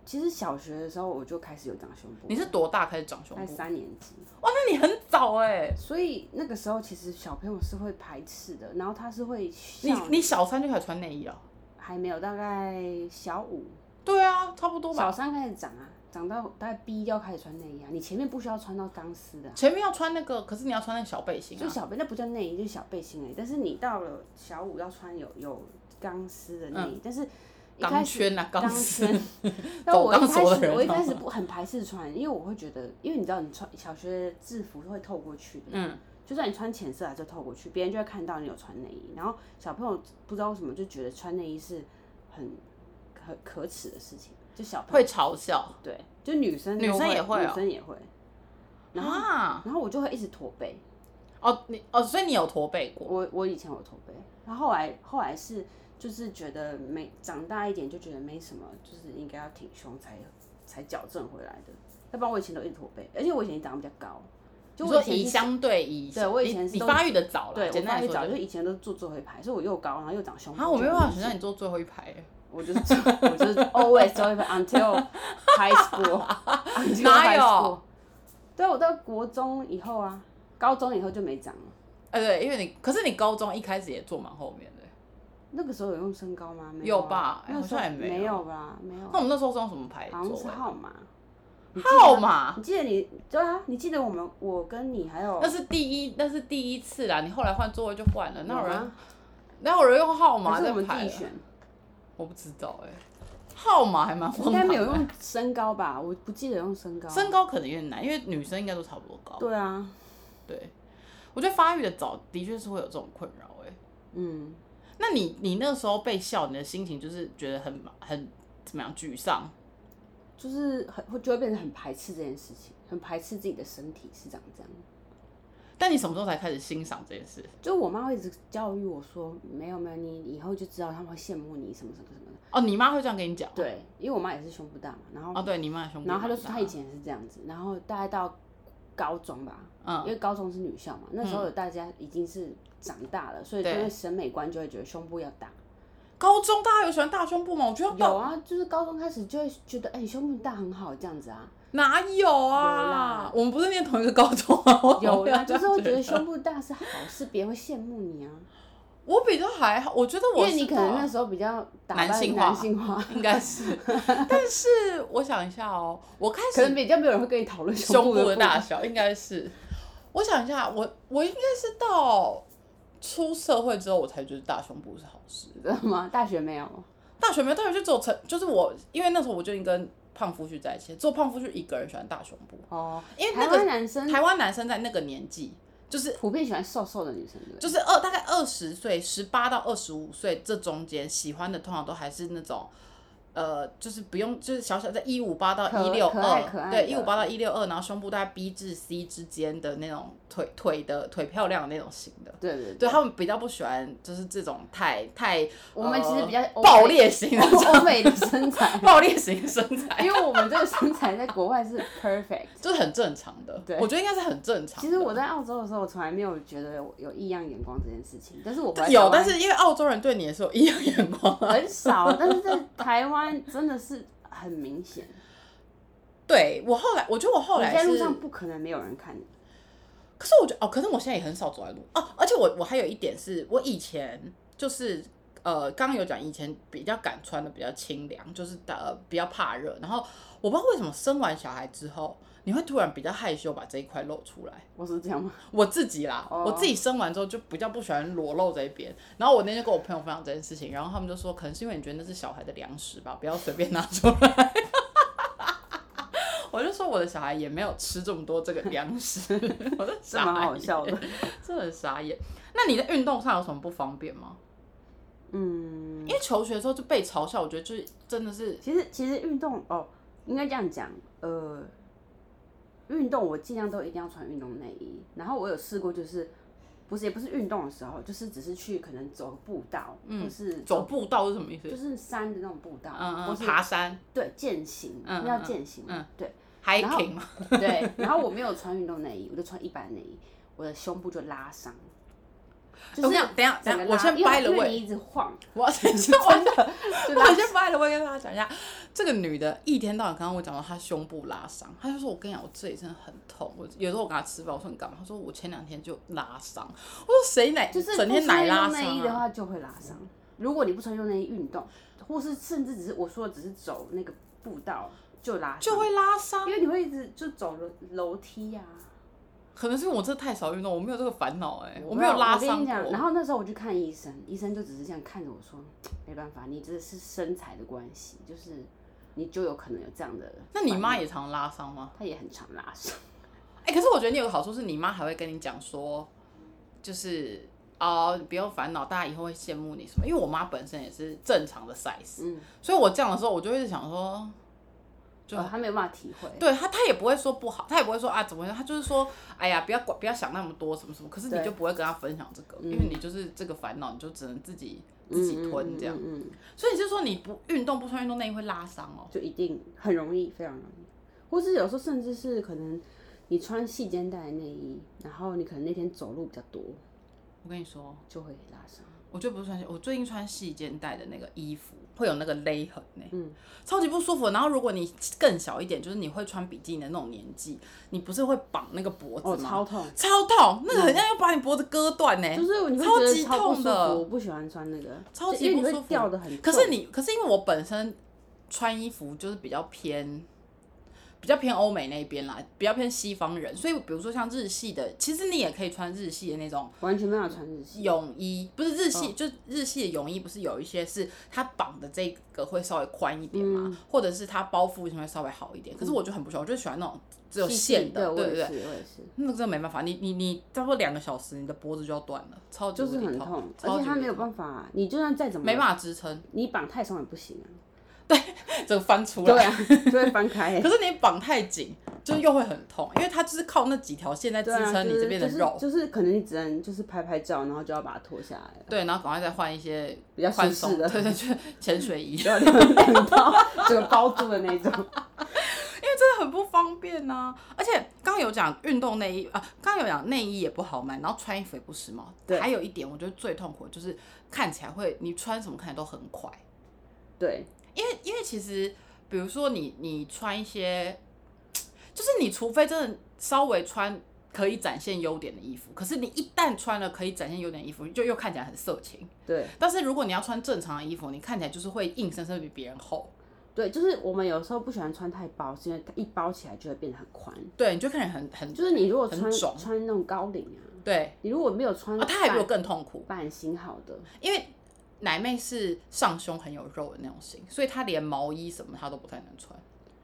[SPEAKER 2] 其实小学的时候我就开始有长胸部，
[SPEAKER 1] 你是多大开始长胸
[SPEAKER 2] 在
[SPEAKER 1] 部？
[SPEAKER 2] 三年级，
[SPEAKER 1] 哇，那你很早哎、
[SPEAKER 2] 所以那个时候其实小朋友是会排斥的，然后他是会
[SPEAKER 1] 你
[SPEAKER 2] 笑
[SPEAKER 1] 你小三就开始穿内衣了？
[SPEAKER 2] 还没有，大概小五、
[SPEAKER 1] 对啊，差不多吧。
[SPEAKER 2] 小三开始长啊，长到大概 B 要开始穿内衣啊。你前面不需要穿到钢丝的啊、
[SPEAKER 1] 前面要穿那个，可是你要穿那个小背心
[SPEAKER 2] 就
[SPEAKER 1] 啊。
[SPEAKER 2] 小背那不叫内衣，就是小背心而已。但是你到了小五要穿有有钢丝的内衣，但是
[SPEAKER 1] 嗯
[SPEAKER 2] 一
[SPEAKER 1] 钢
[SPEAKER 2] 开始
[SPEAKER 1] 圈啊，钢丝。
[SPEAKER 2] 圈。但我一
[SPEAKER 1] 钢索
[SPEAKER 2] 开
[SPEAKER 1] 的
[SPEAKER 2] 始
[SPEAKER 1] 人
[SPEAKER 2] 我一
[SPEAKER 1] 吗
[SPEAKER 2] 开始不很排斥穿，因为我会觉得，因为你知道你穿小学制服会透过去的，
[SPEAKER 1] 嗯，
[SPEAKER 2] 就算你穿浅色还是透过去，别人就会看到你有穿内衣。然后小朋友不知道为什么就觉得穿内衣是很很可耻的事情，就小朋友
[SPEAKER 1] 会嘲笑
[SPEAKER 2] 对，就女生
[SPEAKER 1] 女
[SPEAKER 2] 都
[SPEAKER 1] 生也会哦
[SPEAKER 2] 女生也会。然后
[SPEAKER 1] 啊？
[SPEAKER 2] 然后我就会一直驼背，
[SPEAKER 1] 哦，你哦，所以你有驼背过？
[SPEAKER 2] 我我以前有驼背，然后后来后来是就是觉得没长大一点就觉得没什么，就是应该要挺胸才才矫正回来的，要不然我以前都一直驼背，而且我以前长得比较高，就
[SPEAKER 1] 你
[SPEAKER 2] 我
[SPEAKER 1] 说
[SPEAKER 2] 以前
[SPEAKER 1] 以
[SPEAKER 2] 是
[SPEAKER 1] 相对以，
[SPEAKER 2] 对我以前
[SPEAKER 1] 你
[SPEAKER 2] 是
[SPEAKER 1] 你
[SPEAKER 2] 都
[SPEAKER 1] 发育的早
[SPEAKER 2] 对
[SPEAKER 1] 了，
[SPEAKER 2] 我
[SPEAKER 1] 简单
[SPEAKER 2] 发
[SPEAKER 1] 来
[SPEAKER 2] 育
[SPEAKER 1] 说
[SPEAKER 2] 早，
[SPEAKER 1] 就
[SPEAKER 2] 就是以前都坐最后一排，所以我又高，然后又长胸部，
[SPEAKER 1] 啊，我没
[SPEAKER 2] 就
[SPEAKER 1] 办法
[SPEAKER 2] 很
[SPEAKER 1] 想象你坐最后一排耶，
[SPEAKER 2] 我就是我就是 always 最后一排 until high school，until
[SPEAKER 1] 哪
[SPEAKER 2] high
[SPEAKER 1] 有
[SPEAKER 2] school？对，我到国中以后啊，高中以后就没长了。
[SPEAKER 1] 哎，对，因为你，可是你高中一开始也坐蛮后面的。
[SPEAKER 2] 嗯那个时候有用身高吗？没
[SPEAKER 1] 有
[SPEAKER 2] 啊
[SPEAKER 1] 吧哎
[SPEAKER 2] 那
[SPEAKER 1] 好
[SPEAKER 2] 时候
[SPEAKER 1] 像也没有
[SPEAKER 2] 没有吧？没有
[SPEAKER 1] 那。我们那时候是用什么牌
[SPEAKER 2] 好
[SPEAKER 1] 座
[SPEAKER 2] 像是
[SPEAKER 1] 位？
[SPEAKER 2] 号码。
[SPEAKER 1] 号码？
[SPEAKER 2] 你记得你对啊？你记得我们我跟你还有
[SPEAKER 1] 那是第一，那是第一次啦。你后来换座位就换了，那有人
[SPEAKER 2] 吗？
[SPEAKER 1] 那有人用号
[SPEAKER 2] 啊还
[SPEAKER 1] 码
[SPEAKER 2] 是
[SPEAKER 1] 在
[SPEAKER 2] 我们自
[SPEAKER 1] 排
[SPEAKER 2] 己
[SPEAKER 1] 了？
[SPEAKER 2] 选？
[SPEAKER 1] 我不知道哎、号码还蛮
[SPEAKER 2] 应
[SPEAKER 1] 荒
[SPEAKER 2] 该
[SPEAKER 1] 唐
[SPEAKER 2] 没有
[SPEAKER 1] 的。
[SPEAKER 2] 用身高吧？我不记得用身高。
[SPEAKER 1] 身高可能有点难，因为女生应该都差不多高。
[SPEAKER 2] 对啊，
[SPEAKER 1] 对，我觉得发育的早的确是会有这种困扰哎、
[SPEAKER 2] 嗯，
[SPEAKER 1] 那你你那时候被笑，你的心情就是觉得很很怎么样沮丧？
[SPEAKER 2] 就是很会就会变得很排斥这件事情，很排斥自己的身体是长这样。
[SPEAKER 1] 但你什么时候才开始欣赏这件事？
[SPEAKER 2] 就我妈会一直教育我说，没有没有，你以后就知道他们会羡慕你什么什么什么的。
[SPEAKER 1] 哦，你妈会这样跟你讲？
[SPEAKER 2] 对，因为我妈也是胸部大嘛，然后
[SPEAKER 1] 哦，对你啊妈的胸部
[SPEAKER 2] 然
[SPEAKER 1] 蛮
[SPEAKER 2] 后
[SPEAKER 1] 大。
[SPEAKER 2] 她就说她以前也是这样子，然后大概到高中吧，因
[SPEAKER 1] 嗯，
[SPEAKER 2] 为高中是女校嘛，那时候大家已经是长大了，所以
[SPEAKER 1] 对
[SPEAKER 2] 对审美观就会觉得胸部要大。
[SPEAKER 1] 高中大家有喜欢大胸部吗？我觉得
[SPEAKER 2] 有啊，就是高中开始就会觉得，哎、你胸部大很好这样子啊。
[SPEAKER 1] 哪有
[SPEAKER 2] 有
[SPEAKER 1] 啊？
[SPEAKER 2] 啦
[SPEAKER 1] 我们不是念同一个高中啊？ 我
[SPEAKER 2] 有
[SPEAKER 1] 啊，
[SPEAKER 2] 啦，就是会觉得胸部大是好事，别人会羡慕你啊。
[SPEAKER 1] 我比较还好，我觉得
[SPEAKER 2] 因
[SPEAKER 1] 我
[SPEAKER 2] 为你
[SPEAKER 1] 哦是
[SPEAKER 2] 可能
[SPEAKER 1] 吧
[SPEAKER 2] 那时候比较打扮
[SPEAKER 1] 男性化
[SPEAKER 2] 男性化，
[SPEAKER 1] 应该是，但是我想一下哦，我开
[SPEAKER 2] 可能
[SPEAKER 1] 始
[SPEAKER 2] 比较没有人会跟你讨论
[SPEAKER 1] 胸
[SPEAKER 2] 部
[SPEAKER 1] 部的
[SPEAKER 2] 的
[SPEAKER 1] 大
[SPEAKER 2] 部
[SPEAKER 1] 小应该是，我想一下，我我应该是到出社会之后，我才觉得大胸部是好事。
[SPEAKER 2] 分，知道吗？大学没有，
[SPEAKER 1] 大学没有，大学就只有成，就是我，因为那时候我就已经跟胖夫婿在一起，只有胖夫婿一个人喜欢大胸部，
[SPEAKER 2] 哦，
[SPEAKER 1] 因为那
[SPEAKER 2] 台
[SPEAKER 1] 个
[SPEAKER 2] 湾男生
[SPEAKER 1] 台湾男生在那个年纪，就是
[SPEAKER 2] 普遍喜欢瘦瘦的女生，对不对
[SPEAKER 1] 就是二大概二十岁，十八到二十五岁这中间喜欢的通常都还是那种，呃，就是不用就是小小在一五八到
[SPEAKER 2] 可
[SPEAKER 1] 一六
[SPEAKER 2] 可爱可
[SPEAKER 1] 二，
[SPEAKER 2] 爱的
[SPEAKER 1] 对，一五八到一六二，然后胸部大概 B 至 C 之间的那种腿腿的腿漂亮的那种型的，
[SPEAKER 2] 对对对，
[SPEAKER 1] 对他们比较不喜欢就是这种太太
[SPEAKER 2] 我们其实比较
[SPEAKER 1] 呃
[SPEAKER 2] 欧美
[SPEAKER 1] 爆裂型的
[SPEAKER 2] 欧美的身材，
[SPEAKER 1] 爆裂型的身材，
[SPEAKER 2] 因为我们这个身材在国外是 perfect。
[SPEAKER 1] 就是很正常的，
[SPEAKER 2] 对
[SPEAKER 1] 我觉得应该是很正常的。
[SPEAKER 2] 其实我在澳洲的时候，我从来没有觉得有有异样眼光这件事情，但是我回来台
[SPEAKER 1] 有，
[SPEAKER 2] 湾
[SPEAKER 1] 但是因为澳洲人对你也是有异样眼光啊，
[SPEAKER 2] 很少，但是在台湾真的是很明显。
[SPEAKER 1] 对我后来，我觉得我后来
[SPEAKER 2] 你在路
[SPEAKER 1] 是
[SPEAKER 2] 上不可能没有人看你，
[SPEAKER 1] 可是我觉得哦，可是我现在也很少走在路哦，而且我我还有一点是我以前就是呃，刚刚有讲以前比较敢穿的比较清凉，就是呃比较怕热，然后我不知道为什么生完小孩之后，你会突然比较害羞把这一块露出来。
[SPEAKER 2] 我是这样吗？
[SPEAKER 1] 我自己啦
[SPEAKER 2] 哦
[SPEAKER 1] 我自己生完之后就比较不喜欢裸露这一边。然后我那天跟我朋友分享这件事情，然后他们就说，可能是因为你觉得那是小孩的粮食吧，不要随便拿出来。我就说我的小孩也没有吃这么多这个粮食， 我的
[SPEAKER 2] 是
[SPEAKER 1] 傻
[SPEAKER 2] 蛮
[SPEAKER 1] 眼
[SPEAKER 2] 好笑的，
[SPEAKER 1] 真的很傻眼。那你在运动上有什么不方便吗？
[SPEAKER 2] 嗯，
[SPEAKER 1] 因为求学的时候就被嘲笑，我觉得就是真的是
[SPEAKER 2] 其实其实运动哦，应该这样讲，呃，运动我尽量都一定要穿运动内衣，然后我有试过就是。不是，也不是运动的时候，就是只是去可能走步道，或是
[SPEAKER 1] 嗯走步道是什么意思？
[SPEAKER 2] 就是山的那种步道，
[SPEAKER 1] 嗯
[SPEAKER 2] 或
[SPEAKER 1] 嗯，
[SPEAKER 2] 啊是
[SPEAKER 1] 爬山
[SPEAKER 2] 对践行，
[SPEAKER 1] 嗯
[SPEAKER 2] 那叫践行嘛，
[SPEAKER 1] 嗯
[SPEAKER 2] 对
[SPEAKER 1] hiking 嘛，
[SPEAKER 2] 对。然后我没有穿运动内衣，我就穿一般内衣，我的胸部就拉伤，就
[SPEAKER 1] 我
[SPEAKER 2] 是
[SPEAKER 1] 想等一下等一下
[SPEAKER 2] 整个，
[SPEAKER 1] 哦我
[SPEAKER 2] 拉，
[SPEAKER 1] 先
[SPEAKER 2] 因为
[SPEAKER 1] 掰了
[SPEAKER 2] 因为
[SPEAKER 1] 位，
[SPEAKER 2] 你一直 晃，
[SPEAKER 1] 我 要先我
[SPEAKER 2] 真的 就
[SPEAKER 1] 我
[SPEAKER 2] 拉
[SPEAKER 1] 先掰了位跟大家讲一下，这个女的一天到晚刚刚我讲到她胸部拉伤，她就说我跟你讲我这里真的很痛，我有时候我跟她吃饭我说你干嘛，她说我前两天就拉伤，我说谁奶
[SPEAKER 2] 就是
[SPEAKER 1] 哎整天
[SPEAKER 2] 不穿
[SPEAKER 1] 奶
[SPEAKER 2] 运
[SPEAKER 1] 拉
[SPEAKER 2] 动内
[SPEAKER 1] 伤、
[SPEAKER 2] 衣的
[SPEAKER 1] 啊，
[SPEAKER 2] 话就会拉伤。如果你不穿运动内衣运动，或是甚至只是我说的只是走那个步道就拉伤，
[SPEAKER 1] 就会拉伤
[SPEAKER 2] 因，为你会一直就走楼楼梯呀、
[SPEAKER 1] 可能是因为我真的太少运动，我没有这个烦恼哎，
[SPEAKER 2] 我
[SPEAKER 1] 没有拉
[SPEAKER 2] 跟
[SPEAKER 1] 伤
[SPEAKER 2] 你讲，然
[SPEAKER 1] 过。
[SPEAKER 2] 后那时候我去看医生，医生就只是这样看着我说：“没办法，你这是身材的关系，就是你就有可能有这样的。”
[SPEAKER 1] 那你妈也常拉伤吗？欸
[SPEAKER 2] 她也很常拉伤，
[SPEAKER 1] 哎、可是我觉得你有个好处是，你妈还会跟你讲说，就是哦、不用烦恼，大家以后会羡慕你什么？因为我妈本身也是正常的 size，、
[SPEAKER 2] 嗯
[SPEAKER 1] 所以我这样的时候，我就一直想说，就
[SPEAKER 2] 哦，他没有办法体会。
[SPEAKER 1] 对他，他也不会说不好，他也不会说啊怎么样，他就是说，哎呀，不要管，不要想那么多什么什么。可是你
[SPEAKER 2] 对嗯
[SPEAKER 1] 就不会跟他分享这个，因为你就是这个烦恼，你就只能自己自己吞这样。
[SPEAKER 2] 嗯，嗯嗯
[SPEAKER 1] 所以就说你不运动不穿运动内衣会拉伤哦。
[SPEAKER 2] 就一定很容易，非常容易。或是有时候甚至是可能你穿细肩带的内衣，然后你可能那天走路比较多，
[SPEAKER 1] 我跟你说，
[SPEAKER 2] 就会拉伤。
[SPEAKER 1] 我就不是穿细，我最近穿细肩带的那个衣服会有那个勒痕呢、
[SPEAKER 2] 嗯
[SPEAKER 1] 超级不舒服。然后如果你更小一点，就是你会穿比基尼的那种年纪，你不是会绑那个脖
[SPEAKER 2] 哦，
[SPEAKER 1] 子吗？
[SPEAKER 2] 超痛，嗯
[SPEAKER 1] 超痛，那个很像要把你脖子割断呢、
[SPEAKER 2] 就是你会
[SPEAKER 1] 哎超
[SPEAKER 2] 觉得
[SPEAKER 1] 级
[SPEAKER 2] 超
[SPEAKER 1] 痛
[SPEAKER 2] 不舒服，
[SPEAKER 1] 的
[SPEAKER 2] 我不喜欢穿那个，
[SPEAKER 1] 超
[SPEAKER 2] 就
[SPEAKER 1] 级
[SPEAKER 2] 因
[SPEAKER 1] 不
[SPEAKER 2] 为你
[SPEAKER 1] 舒
[SPEAKER 2] 会
[SPEAKER 1] 服
[SPEAKER 2] 掉的很重。
[SPEAKER 1] 可是你，可是因为我本身穿衣服就是比较偏，比较偏欧美那边啦，比较偏西方人，所以比如说像日系的，其实你也可以穿日系的那种
[SPEAKER 2] 完全没有穿日系，
[SPEAKER 1] 泳衣，不是日系，
[SPEAKER 2] 嗯
[SPEAKER 1] 就是日系的泳衣，不是有一些是它绑的这个会稍微宽一点嘛，
[SPEAKER 2] 嗯
[SPEAKER 1] 或者是它包覆性会稍微好一点。可是我就很不喜欢，我就喜欢那种只有
[SPEAKER 2] 细
[SPEAKER 1] 线
[SPEAKER 2] 细
[SPEAKER 1] 的，对
[SPEAKER 2] 我
[SPEAKER 1] 不
[SPEAKER 2] 也
[SPEAKER 1] 对？
[SPEAKER 2] 是，我也是，
[SPEAKER 1] 那个真的没办法，你你你差不多两个小时，你的脖子就要断了，超级
[SPEAKER 2] 就
[SPEAKER 1] 无
[SPEAKER 2] 是
[SPEAKER 1] 敌
[SPEAKER 2] 很
[SPEAKER 1] 痛
[SPEAKER 2] 痛，，
[SPEAKER 1] 超
[SPEAKER 2] 而
[SPEAKER 1] 级
[SPEAKER 2] 且它
[SPEAKER 1] 无敌
[SPEAKER 2] 没有
[SPEAKER 1] 痛
[SPEAKER 2] 办法，你就算再怎么
[SPEAKER 1] 没，办法支撑，
[SPEAKER 2] 你绑太松也不行啊，
[SPEAKER 1] 整个翻出来。
[SPEAKER 2] 对啊，就会翻 开、
[SPEAKER 1] 可是你绑太紧，就是又会很痛，因为它就是靠那几条线在支
[SPEAKER 2] 对啊，
[SPEAKER 1] 撑你这边的肉。
[SPEAKER 2] 就是，就是就是可能你只能就是拍拍照，然后就要把它脱下来，
[SPEAKER 1] 对，然后赶快再换一些
[SPEAKER 2] 比较舒
[SPEAKER 1] 宽
[SPEAKER 2] 适
[SPEAKER 1] 松
[SPEAKER 2] 的，
[SPEAKER 1] 对对，就是潜水 衣，
[SPEAKER 2] 不要两包，整个包住的那种。
[SPEAKER 1] 真的很不方便呐、而且刚刚有讲运动内衣啊，刚刚有讲内衣也不好买，然后穿衣服也不时髦。
[SPEAKER 2] 对
[SPEAKER 1] 还有一点我觉得最痛苦的就是看起来会，你穿什么看起来都很快，
[SPEAKER 2] 对，
[SPEAKER 1] 因为因为其实比如说你你穿一些，就是你除非真的稍微穿。可以展现优点的衣服，可是你一旦穿了可以展现优点的衣服，就又看起来很色情。
[SPEAKER 2] 对，
[SPEAKER 1] 但是如果你要穿正常的衣服，你看起来就是会硬生生比别人厚，
[SPEAKER 2] 对，就是我们有时候不喜欢穿太包，是因为它一包起来就会变得很宽。
[SPEAKER 1] 对，你就看起来很很
[SPEAKER 2] 就是你如果
[SPEAKER 1] 很
[SPEAKER 2] 穿
[SPEAKER 1] 肿
[SPEAKER 2] 穿那种高领啊，
[SPEAKER 1] 对。
[SPEAKER 2] 你如果没有穿
[SPEAKER 1] 啊，
[SPEAKER 2] 版，
[SPEAKER 1] 他还比我更痛苦，
[SPEAKER 2] 版型好的，
[SPEAKER 1] 因为奶妹是上胸很有肉的那种型，所以她连毛衣什么她都不太能穿，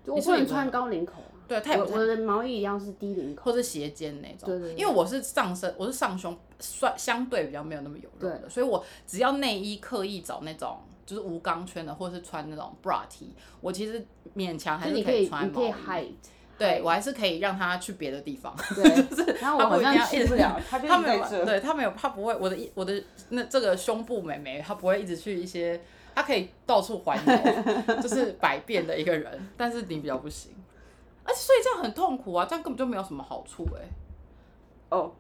[SPEAKER 2] 就
[SPEAKER 1] 你
[SPEAKER 2] 我
[SPEAKER 1] 是不是
[SPEAKER 2] 不能
[SPEAKER 1] 也不能
[SPEAKER 2] 穿高领口啊。
[SPEAKER 1] 对她也
[SPEAKER 2] 我
[SPEAKER 1] 不太
[SPEAKER 2] 我的毛衣一样是低领口。
[SPEAKER 1] 或是斜肩那种。
[SPEAKER 2] 对对对
[SPEAKER 1] 因为我是上身，我是上胸算相对比较没有那么有肉的，所以我只要内衣刻意找那种。就是无钢圈的，或者是穿那种 bra T，我其实勉强啊还
[SPEAKER 2] 就是你
[SPEAKER 1] 可
[SPEAKER 2] 可以，
[SPEAKER 1] 穿
[SPEAKER 2] 你
[SPEAKER 1] 毛
[SPEAKER 2] 可以
[SPEAKER 1] 衣，
[SPEAKER 2] hide，
[SPEAKER 1] 对我还是可以让她去别的地方。
[SPEAKER 2] 对，然后我
[SPEAKER 1] 他不
[SPEAKER 2] 好
[SPEAKER 1] 一定
[SPEAKER 2] 像
[SPEAKER 1] 要一
[SPEAKER 2] 去
[SPEAKER 1] 直
[SPEAKER 2] 不了， 他就
[SPEAKER 1] 他没
[SPEAKER 2] 是在
[SPEAKER 1] 有，
[SPEAKER 2] 这，
[SPEAKER 1] 对他没有，他不会，我的一我的那这个胸部美眉，她不会一直去一些，她可以到处环 游，就是百变的一个人，但是你比较不行，而且所以这样很痛苦啊，这样根本就没有什么好处哎、
[SPEAKER 2] 哦，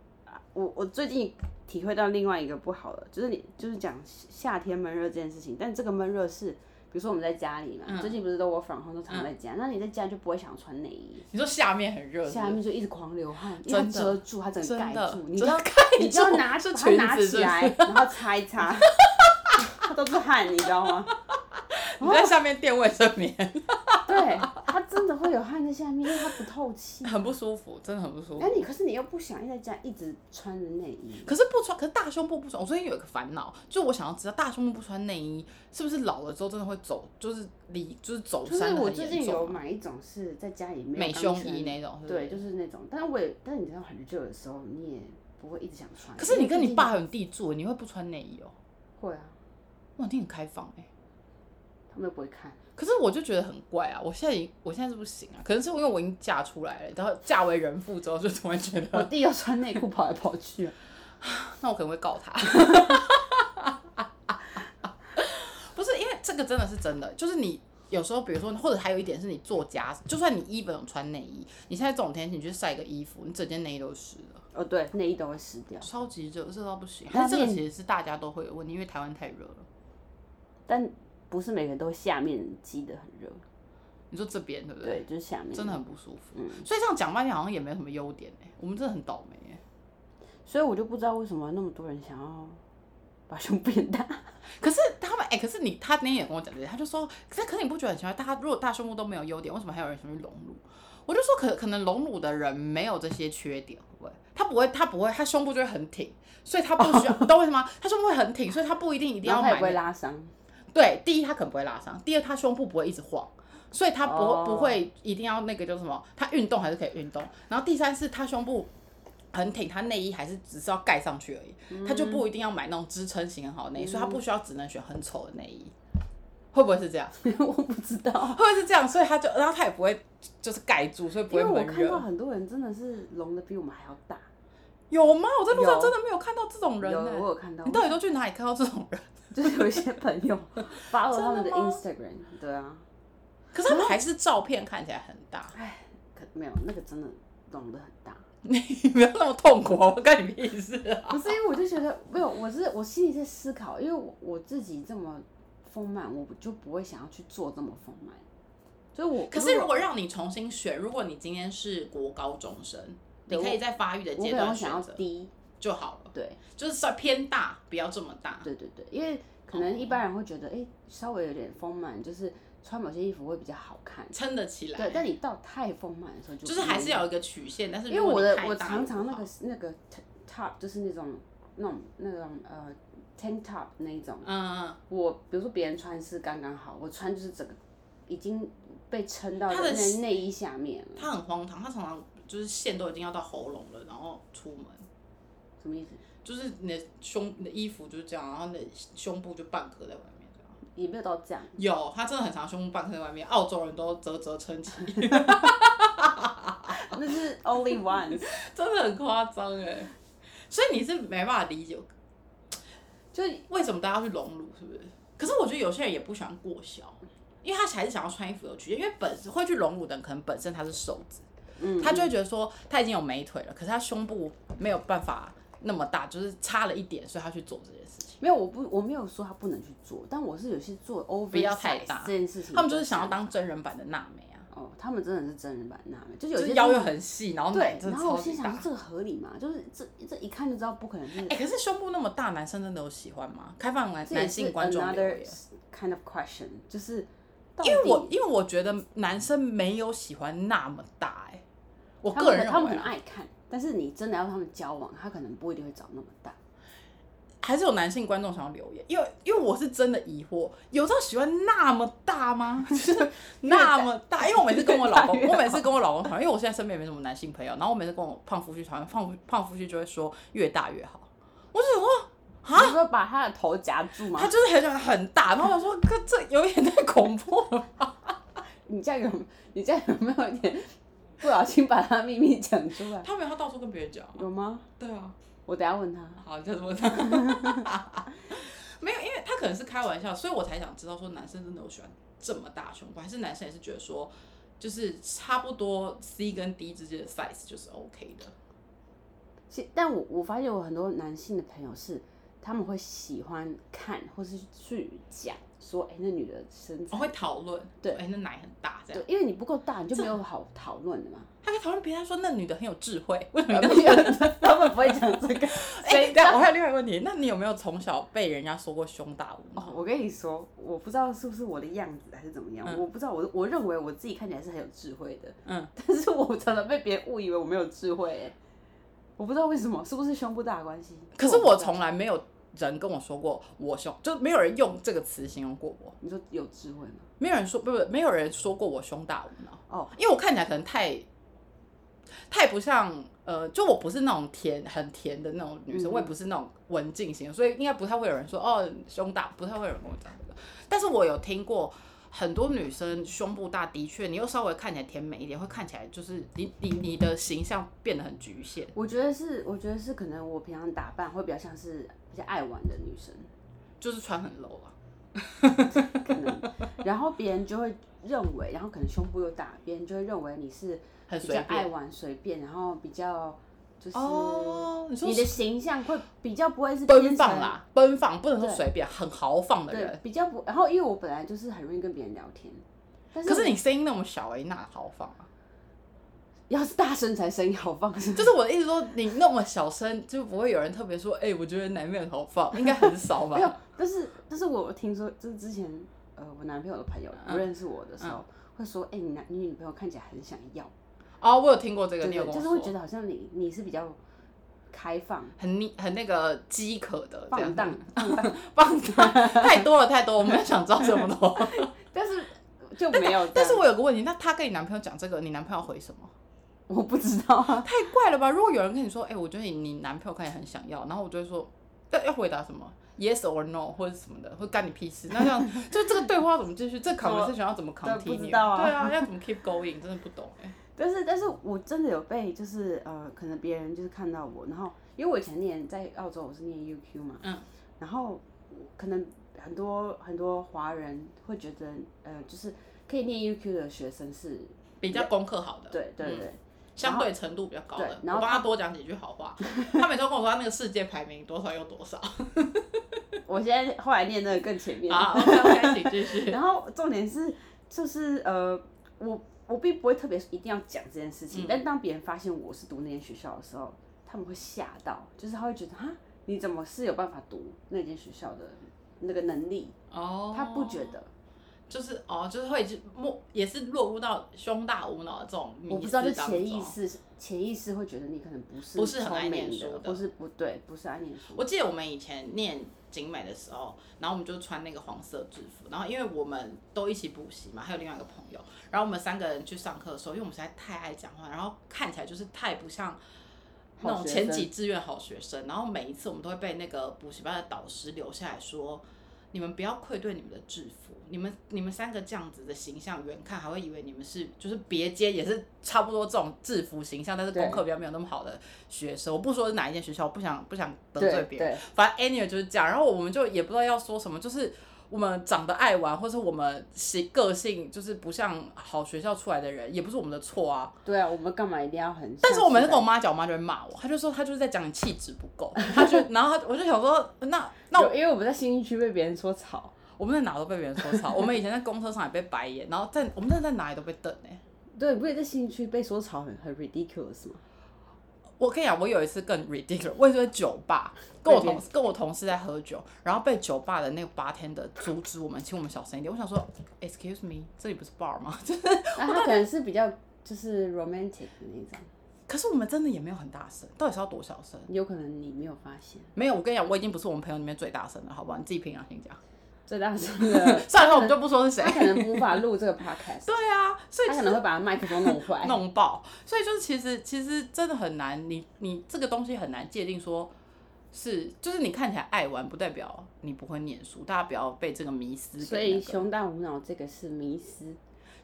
[SPEAKER 2] 我我最近体会到另外一个不好的，就是你就是讲夏天闷热这件事情，但这个闷热是，比如说我们在家里嘛，
[SPEAKER 1] 嗯
[SPEAKER 2] 最近不是都我反 o 都常在家，那你在家就不会想穿内衣，
[SPEAKER 1] 你说下面很热是不
[SPEAKER 2] 下
[SPEAKER 1] 是，
[SPEAKER 2] 面就一直狂流汗，因为它
[SPEAKER 1] 真的
[SPEAKER 2] 遮住，它整个盖
[SPEAKER 1] 真的
[SPEAKER 2] 住，你就
[SPEAKER 1] 真
[SPEAKER 2] 要
[SPEAKER 1] 的 盖
[SPEAKER 2] 你就要
[SPEAKER 1] 住
[SPEAKER 2] 拿
[SPEAKER 1] 是
[SPEAKER 2] 把它
[SPEAKER 1] 裙
[SPEAKER 2] 拿
[SPEAKER 1] 子是
[SPEAKER 2] 起
[SPEAKER 1] 不是
[SPEAKER 2] 来，然后擦一擦，它都是汗，你知道吗？
[SPEAKER 1] 你在下面垫卫生棉，
[SPEAKER 2] 对，它真的会有汗在下面，因为它不透气。 哎
[SPEAKER 1] 很不舒服，真的很不舒服
[SPEAKER 2] 那。你可是你又不想在家一直穿着内衣，
[SPEAKER 1] 可是不穿，可是大胸部不穿。我最近有一个烦恼，就我想要知道大胸部不穿内衣是不是老了之后真的会走，就是离就是走
[SPEAKER 2] 就
[SPEAKER 1] 山
[SPEAKER 2] 是
[SPEAKER 1] 很
[SPEAKER 2] 我
[SPEAKER 1] 严重
[SPEAKER 2] 最近有
[SPEAKER 1] 啊
[SPEAKER 2] 买一种是在家里没有
[SPEAKER 1] 美
[SPEAKER 2] 钢
[SPEAKER 1] 胸
[SPEAKER 2] 圈
[SPEAKER 1] 衣那种，是不是
[SPEAKER 2] 对，就是那种，但我也，但你知道很热的时候，你也不会一直想穿。
[SPEAKER 1] 可是
[SPEAKER 2] 因为
[SPEAKER 1] 你跟
[SPEAKER 2] 毕
[SPEAKER 1] 你
[SPEAKER 2] 竟
[SPEAKER 1] 爸还有你弟住，你会不穿内衣哦？
[SPEAKER 2] 会啊，
[SPEAKER 1] 哇，你很开放哎、
[SPEAKER 2] 他们又不会看。
[SPEAKER 1] 可是我就觉得很怪啊，我现在已我现在是不行啊，可能是因为我已经嫁出来了，然后嫁为人妇之后，就突然觉
[SPEAKER 2] 我
[SPEAKER 1] 得，
[SPEAKER 2] 弟又穿内裤跑来跑去啊，
[SPEAKER 1] 那我可能会告他。 不是因为这个真的是真的，就是你有时候，比如说，或者还有一点是你做家事，就算你衣本有穿内衣，你现在这种天气你去晒个衣服，你整件内衣都湿了，
[SPEAKER 2] 哦对，内衣都会湿掉，
[SPEAKER 1] 超级热，热到不行。
[SPEAKER 2] 那
[SPEAKER 1] 但这个
[SPEAKER 2] 面
[SPEAKER 1] 其实是大家都会有问题，因为台湾太热了。
[SPEAKER 2] 但不是每个人都下面积得很热，
[SPEAKER 1] 你说这边对不
[SPEAKER 2] 对，就是下面
[SPEAKER 1] 真的。很不舒服。
[SPEAKER 2] 嗯
[SPEAKER 1] 所以这样讲半天好像也没有什么优点哎、我们真的很倒霉哎、
[SPEAKER 2] 所以我就不知道为什么那么多人想要把胸变大，
[SPEAKER 1] 可是他们哎、可是你他那天也跟我讲这些，他就说，可是可是你不觉得很奇怪？大家如果大胸部都没有优点，为什么还有人想去隆乳？我就说可可能隆乳的人没有这些缺点，会不会？他不会，他不会，他胸部就会很挺，所以他不需要，你懂我意思吗？他胸部会很挺，所以他不一定一定
[SPEAKER 2] 然
[SPEAKER 1] 要
[SPEAKER 2] 后它也不会
[SPEAKER 1] 买。
[SPEAKER 2] 拉伤。
[SPEAKER 1] 对，第一他可能不会拉伤，第二他胸部不会一直晃，所以他不、
[SPEAKER 2] 哦
[SPEAKER 1] 不会一定要那个叫什么，他运动还是可以运动。然后第三是他胸部很挺，她内衣还是只是要盖上去而
[SPEAKER 2] 嗯
[SPEAKER 1] 已，她就不一定要买那种支撑型很好的内衣，所以她不需要只能选很丑的内衣。会不会是这样？
[SPEAKER 2] 我不知道，
[SPEAKER 1] 会不会是这样？所以她就，然后她也不会就是盖住，所以不会
[SPEAKER 2] 因为我
[SPEAKER 1] 闷
[SPEAKER 2] 看到
[SPEAKER 1] 热。
[SPEAKER 2] 很多人真的是隆的比我们还要大，
[SPEAKER 1] 有吗？我在路上
[SPEAKER 2] 有
[SPEAKER 1] 真的没有看到这种人
[SPEAKER 2] 有
[SPEAKER 1] 呢、
[SPEAKER 2] 我有看到
[SPEAKER 1] 你，到底都去哪里看到这种人？
[SPEAKER 2] 就是有一些朋 友 follow 他们的
[SPEAKER 1] 真的吗
[SPEAKER 2] Instagram，对啊，
[SPEAKER 1] 可是他们还是照片看起来很大，
[SPEAKER 2] 可没有那个真的隆的很大。
[SPEAKER 1] 你不要那么痛苦啊！我干你屁事啊！
[SPEAKER 2] 不是因为我就觉得没有，我是我心里在思考，因为我我自己这么丰满，我就不会想要去做这么丰满，所以我
[SPEAKER 1] 可是如果让你重新选，如果你今天是国高中生，你
[SPEAKER 2] 对
[SPEAKER 1] 可以在发育的
[SPEAKER 2] 我
[SPEAKER 1] 阶
[SPEAKER 2] 可能
[SPEAKER 1] 段
[SPEAKER 2] 会想
[SPEAKER 1] 选
[SPEAKER 2] 要
[SPEAKER 1] 择
[SPEAKER 2] 低，
[SPEAKER 1] 就好了，
[SPEAKER 2] 对
[SPEAKER 1] 就是稍微偏大，不要这么大。
[SPEAKER 2] 对对对，因为可能一般人会觉得，哎、稍微有点丰满，就是穿某些衣服会比较好看，
[SPEAKER 1] 撑得起来。
[SPEAKER 2] 对，但你到太丰满的时候就
[SPEAKER 1] 啊就是
[SPEAKER 2] 不
[SPEAKER 1] 还是
[SPEAKER 2] 能
[SPEAKER 1] 要有一个曲线，但是
[SPEAKER 2] 因为
[SPEAKER 1] 如果
[SPEAKER 2] 我
[SPEAKER 1] 你
[SPEAKER 2] 的
[SPEAKER 1] 太
[SPEAKER 2] 我
[SPEAKER 1] 大
[SPEAKER 2] 常
[SPEAKER 1] 了
[SPEAKER 2] 常
[SPEAKER 1] 不
[SPEAKER 2] 那
[SPEAKER 1] 好
[SPEAKER 2] 个那个 t- top 就是那种那种那种呃 tank top 那一种，
[SPEAKER 1] 嗯，
[SPEAKER 2] 我比如说别人穿是刚刚好，我穿就是整个已经被撑到
[SPEAKER 1] 它的
[SPEAKER 2] 内内衣下面了，
[SPEAKER 1] 他很荒唐，他常常就是线都已经要到喉咙了，然后出门。
[SPEAKER 2] 什么意思？
[SPEAKER 1] 就是你的胸、你的衣服就是这样，然后你的胸部就半颗在外面这样。
[SPEAKER 2] 也没有到这 样，
[SPEAKER 1] 有，他真的很常胸部半颗在外面，澳洲人都啧啧称奇，
[SPEAKER 2] 那是 only once，
[SPEAKER 1] 真的很夸张哎。所以你是没办法理解
[SPEAKER 2] 就
[SPEAKER 1] 为什么大家要去隆乳，是不是？可是我觉得有些人也不喜欢过小，因为他还是想要穿衣服有曲线，因为本身会去隆乳的人，可能本身他是瘦子，
[SPEAKER 2] 嗯，
[SPEAKER 1] 他就会觉得说他已经有美腿了，可是他胸部没有办法那么大，就是差了一点，所以他去做这件事情。
[SPEAKER 2] 没有，我不我没有说他不能去做，但我是有些做 over
[SPEAKER 1] 不要太大
[SPEAKER 2] 这件事情，
[SPEAKER 1] 他们就是想要当真人版的娜美啊，
[SPEAKER 2] 哦，他们真的是真人版娜美，就是有
[SPEAKER 1] 就
[SPEAKER 2] 些
[SPEAKER 1] 是腰
[SPEAKER 2] 真
[SPEAKER 1] 又
[SPEAKER 2] 的
[SPEAKER 1] 很细，然后奶
[SPEAKER 2] 对，
[SPEAKER 1] 真
[SPEAKER 2] 然
[SPEAKER 1] 的
[SPEAKER 2] 后
[SPEAKER 1] 超
[SPEAKER 2] 我心
[SPEAKER 1] 级
[SPEAKER 2] 想
[SPEAKER 1] 大
[SPEAKER 2] 说。这个合理吗？就是这这一看就知道不可能是，
[SPEAKER 1] 哎、可是胸部那么大，男生真的有喜欢吗？开放男
[SPEAKER 2] 这也
[SPEAKER 1] 男
[SPEAKER 2] 是
[SPEAKER 1] 性观众留
[SPEAKER 2] another
[SPEAKER 1] 言。
[SPEAKER 2] kind of question，就是到
[SPEAKER 1] 因为
[SPEAKER 2] 底
[SPEAKER 1] 我因为我觉得男生没有喜欢那么大哎、我
[SPEAKER 2] 他
[SPEAKER 1] 个
[SPEAKER 2] 们
[SPEAKER 1] 人
[SPEAKER 2] 很他
[SPEAKER 1] 认
[SPEAKER 2] 们
[SPEAKER 1] 为
[SPEAKER 2] 很
[SPEAKER 1] 啊
[SPEAKER 2] 爱看，但是你真的要他们交往，他可能不一定会找那么大。
[SPEAKER 1] 还是有男性观众想要留言，因为因为我是真的疑惑，有到喜欢那么大 吗？就是那么大，因为我每次跟我老公
[SPEAKER 2] 越大，越
[SPEAKER 1] 我
[SPEAKER 2] 好
[SPEAKER 1] 每次跟我老公讨论，因为我现在身边也没什么男性朋友，然后我每次跟我胖夫婿讨论，胖胖夫婿就会说越大越好，我就想说
[SPEAKER 2] 啊，你说把他的头夹住吗
[SPEAKER 1] 他？就是很喜欢很大，然后我说哥这有点太恐怖了吧，
[SPEAKER 2] 你这样有你这样有没有一点不小心把他秘密讲出来？
[SPEAKER 1] 他没有，他到处跟别人讲啊，
[SPEAKER 2] 有吗？
[SPEAKER 1] 对啊。
[SPEAKER 2] 我等下问他。
[SPEAKER 1] 好，就是问他。 没有，因为他可能是开玩笑，所以我才想知道说男生真的有喜欢这么大胸部，还是男生也是觉得说，就是差不多 C 跟 D 之间的 size 就是 OK 的。
[SPEAKER 2] 其但我我发现我很多男性的朋友是他们会喜欢看，或是去讲说，哎、那女的身
[SPEAKER 1] 我
[SPEAKER 2] 材，
[SPEAKER 1] 会讨论，
[SPEAKER 2] 对
[SPEAKER 1] 哎、那奶很大这样
[SPEAKER 2] 对，，因为你不够大，你就没有好讨论的嘛。
[SPEAKER 1] 他可以讨论别人说那女的很有智慧， 为什么你那么？
[SPEAKER 2] 他们不会讲这个，所
[SPEAKER 1] 哎、
[SPEAKER 2] 以
[SPEAKER 1] 等一下我还有另外一个问题，那你有没有从小被人家说过胸大无脑？
[SPEAKER 2] 哦，我跟你说，我不知道是不是我的样子还是怎么样，我不知道，我我认为我自己看起来是很有智慧的，
[SPEAKER 1] 嗯，
[SPEAKER 2] 但是我常常被别人误以为我没有智慧、哎，我不知道为什么，是不是胸部大的关系？
[SPEAKER 1] 可是我
[SPEAKER 2] 不知道
[SPEAKER 1] 从来没有人跟我说过我胸，就没有人用这个词形容过我，
[SPEAKER 2] 你说有智慧吗？
[SPEAKER 1] 没有人说不不，没有人说过我胸大无脑。
[SPEAKER 2] 哦，
[SPEAKER 1] 因为我看起来可能太太不像呃，就我不是那种甜很甜的那种女生，
[SPEAKER 2] 嗯
[SPEAKER 1] 我也不是那种文静型，所以应该不太会有人说哦胸大，不太会有人跟我讲这个。但是我有听过很多女生胸部大，的确你又稍微看起来甜美一点，会看起来就是你你你的形象变得很局限。
[SPEAKER 2] 我觉得是，我觉得是可能我平常打扮会比较像是比较爱玩的女生，
[SPEAKER 1] 就是穿很 low 啊，
[SPEAKER 2] 可 能，然后别人就会认为，然后可能胸部又大，别人就会认为你是
[SPEAKER 1] 很
[SPEAKER 2] 比
[SPEAKER 1] 随
[SPEAKER 2] 较
[SPEAKER 1] 便。
[SPEAKER 2] 爱玩随便，然后比较就是。
[SPEAKER 1] 哦，你说
[SPEAKER 2] 你的形象会比较不会是
[SPEAKER 1] 奔
[SPEAKER 2] 偏
[SPEAKER 1] 放
[SPEAKER 2] 成
[SPEAKER 1] 啦，奔放不能说
[SPEAKER 2] 对
[SPEAKER 1] 随便，很豪放的
[SPEAKER 2] 对
[SPEAKER 1] 人。，
[SPEAKER 2] 比较不。然后因为我本来就是很容易跟别人聊天，但是
[SPEAKER 1] 可是你声音那么小、欸，哪豪放啊？
[SPEAKER 2] 要是大声才声音好放声，
[SPEAKER 1] 就是我的意思说，你那么小声，就不会有人特别说，哎、我觉得男面好放，应该很少吧
[SPEAKER 2] 没？有。 但是但是我听说，就是之前呃我男朋友的朋友
[SPEAKER 1] 嗯
[SPEAKER 2] 不认识我的时候，会说，哎、你男你女朋友看起来很想要，
[SPEAKER 1] 哦，我有听过这个，
[SPEAKER 2] 对
[SPEAKER 1] 你有
[SPEAKER 2] 对，
[SPEAKER 1] 跟
[SPEAKER 2] 就是
[SPEAKER 1] 我
[SPEAKER 2] 会觉
[SPEAKER 1] 说，
[SPEAKER 2] 得好像你你是比较开放、
[SPEAKER 1] 很腻，很那个饥渴的这样
[SPEAKER 2] 放
[SPEAKER 1] 子，
[SPEAKER 2] 荡、放荡，
[SPEAKER 1] 放荡，太多了，太多了，我没有想知道这 么多。
[SPEAKER 2] 但是就没有这样。
[SPEAKER 1] 但是我有个问题，那她跟你男朋友讲这个，你男朋友回什么？
[SPEAKER 2] 我不知道啊，
[SPEAKER 1] 太怪了吧？如果有人跟你说，哎、我觉得你男朋友看起来很想要，然后我就会说，要要回答什么？Yes or no 或者什么的，会干你屁事。那这样就这个对话要怎么继续？这 conversation 要怎么
[SPEAKER 2] 对不
[SPEAKER 1] continue？
[SPEAKER 2] 知道啊
[SPEAKER 1] 对 啊，要怎么 keep going？真的不懂哎、
[SPEAKER 2] 但是，但是我真的有被，就是呃，可能别人就是看到我，然后因为我以前念在澳洲，我是念 UQ 嘛，
[SPEAKER 1] 嗯，
[SPEAKER 2] 然后可能很多很多华人会觉得，呃，就是可以念 UQ 的学生是，
[SPEAKER 1] 比较功课好的，嗯
[SPEAKER 2] 对对对，
[SPEAKER 1] 相对程度比较高的
[SPEAKER 2] 对，
[SPEAKER 1] 我
[SPEAKER 2] 然后
[SPEAKER 1] 帮他多讲几句好话。 他每次都跟我说他那个世界排名多少又多 少
[SPEAKER 2] 我现在后来念那个更前面，
[SPEAKER 1] 啊。OK OK，请继续。
[SPEAKER 2] 然后重点是就是呃，我我并不会特别一定要讲这件事情，但当别人发现我是读那间学校的时候，他们会吓到，就是他会觉得哈，你怎么是有办法读那间学校的那个能力？
[SPEAKER 1] 哦，
[SPEAKER 2] 他不觉得，
[SPEAKER 1] 就是哦，就是会就默也是落入到胸大无脑的这种迷
[SPEAKER 2] 我不知道，就
[SPEAKER 1] 思当
[SPEAKER 2] 潜意
[SPEAKER 1] 中。
[SPEAKER 2] 识潜意识会觉得你可能不是
[SPEAKER 1] 不是很爱
[SPEAKER 2] 聪
[SPEAKER 1] 念
[SPEAKER 2] 明
[SPEAKER 1] 书
[SPEAKER 2] 的，
[SPEAKER 1] 的
[SPEAKER 2] 不是不对，不是爱念书。
[SPEAKER 1] 我记得我们以前念景美的时候，然后我们就穿那个黄色制服，然后因为我们都一起补习嘛，还有另外一个朋友，然后我们三个人去上课的时候，因为我们实在太爱讲话，然后看起来就是太不像那种
[SPEAKER 2] 好学
[SPEAKER 1] 前
[SPEAKER 2] 生
[SPEAKER 1] 几志愿好学生，然后每一次我们都会被那个补习班的导师留下来说。你们不要愧对你们的制服，你们你们三个这样子的形象，远看还会以为你们是就是别街也是差不多这种制服形象，但是功课比较没有那么好的学生。我不说是哪一间学校，我不想不想得罪
[SPEAKER 2] 对
[SPEAKER 1] 别人，
[SPEAKER 2] 对，
[SPEAKER 1] 反正 anyway 就是这样，然后我们就也不知道要说什么，就是我们长得爱玩，或是我们性个性就是不像好学校出来的人，也不是我们的错啊。
[SPEAKER 2] 对啊，我们干嘛一定要很？
[SPEAKER 1] 但是我每次跟我妈讲，我妈就会骂我，她就说她就是在讲你气质不够，她就然后她我就想说，那那
[SPEAKER 2] 那因为我们在新一区被别人说吵，
[SPEAKER 1] 我们在哪都被别人说吵，我们以前在公车上也被白眼，然后在我们真的在哪里都被瞪哎、
[SPEAKER 2] 对，不是在新一区被说吵很很 ridiculous 吗？
[SPEAKER 1] 我跟你讲，我有一次更 ridiculous，我也是在酒吧，跟我同跟我同事在喝酒，然后被酒吧的那个八天的阻止我们，请我们小声一点。我想说，excuse me，这里不是 bar 吗？就是，
[SPEAKER 2] 那他可能是比较就是 romantic 的那种，
[SPEAKER 1] 可是我们真的也没有很大声，到底是要多小声？
[SPEAKER 2] 有可能你没有发现
[SPEAKER 1] 没有，我跟你讲，我已经不是我们朋友里面最大声了，好不好？你自己凭良心 讲。，
[SPEAKER 2] 最大声的
[SPEAKER 1] 虽然说我们就不 说是谁
[SPEAKER 2] 他，可能无法录这个 podcast，
[SPEAKER 1] 对啊， 所以
[SPEAKER 2] 他可能会把麦克风弄 坏。
[SPEAKER 1] 弄爆。所以就是其实其实真的很难，你你这个东西很难界定说。是，就是你看起来爱玩，不代表你不会念书，大家不要被这个迷思给那个。
[SPEAKER 2] 所以熊大无脑这个是迷失，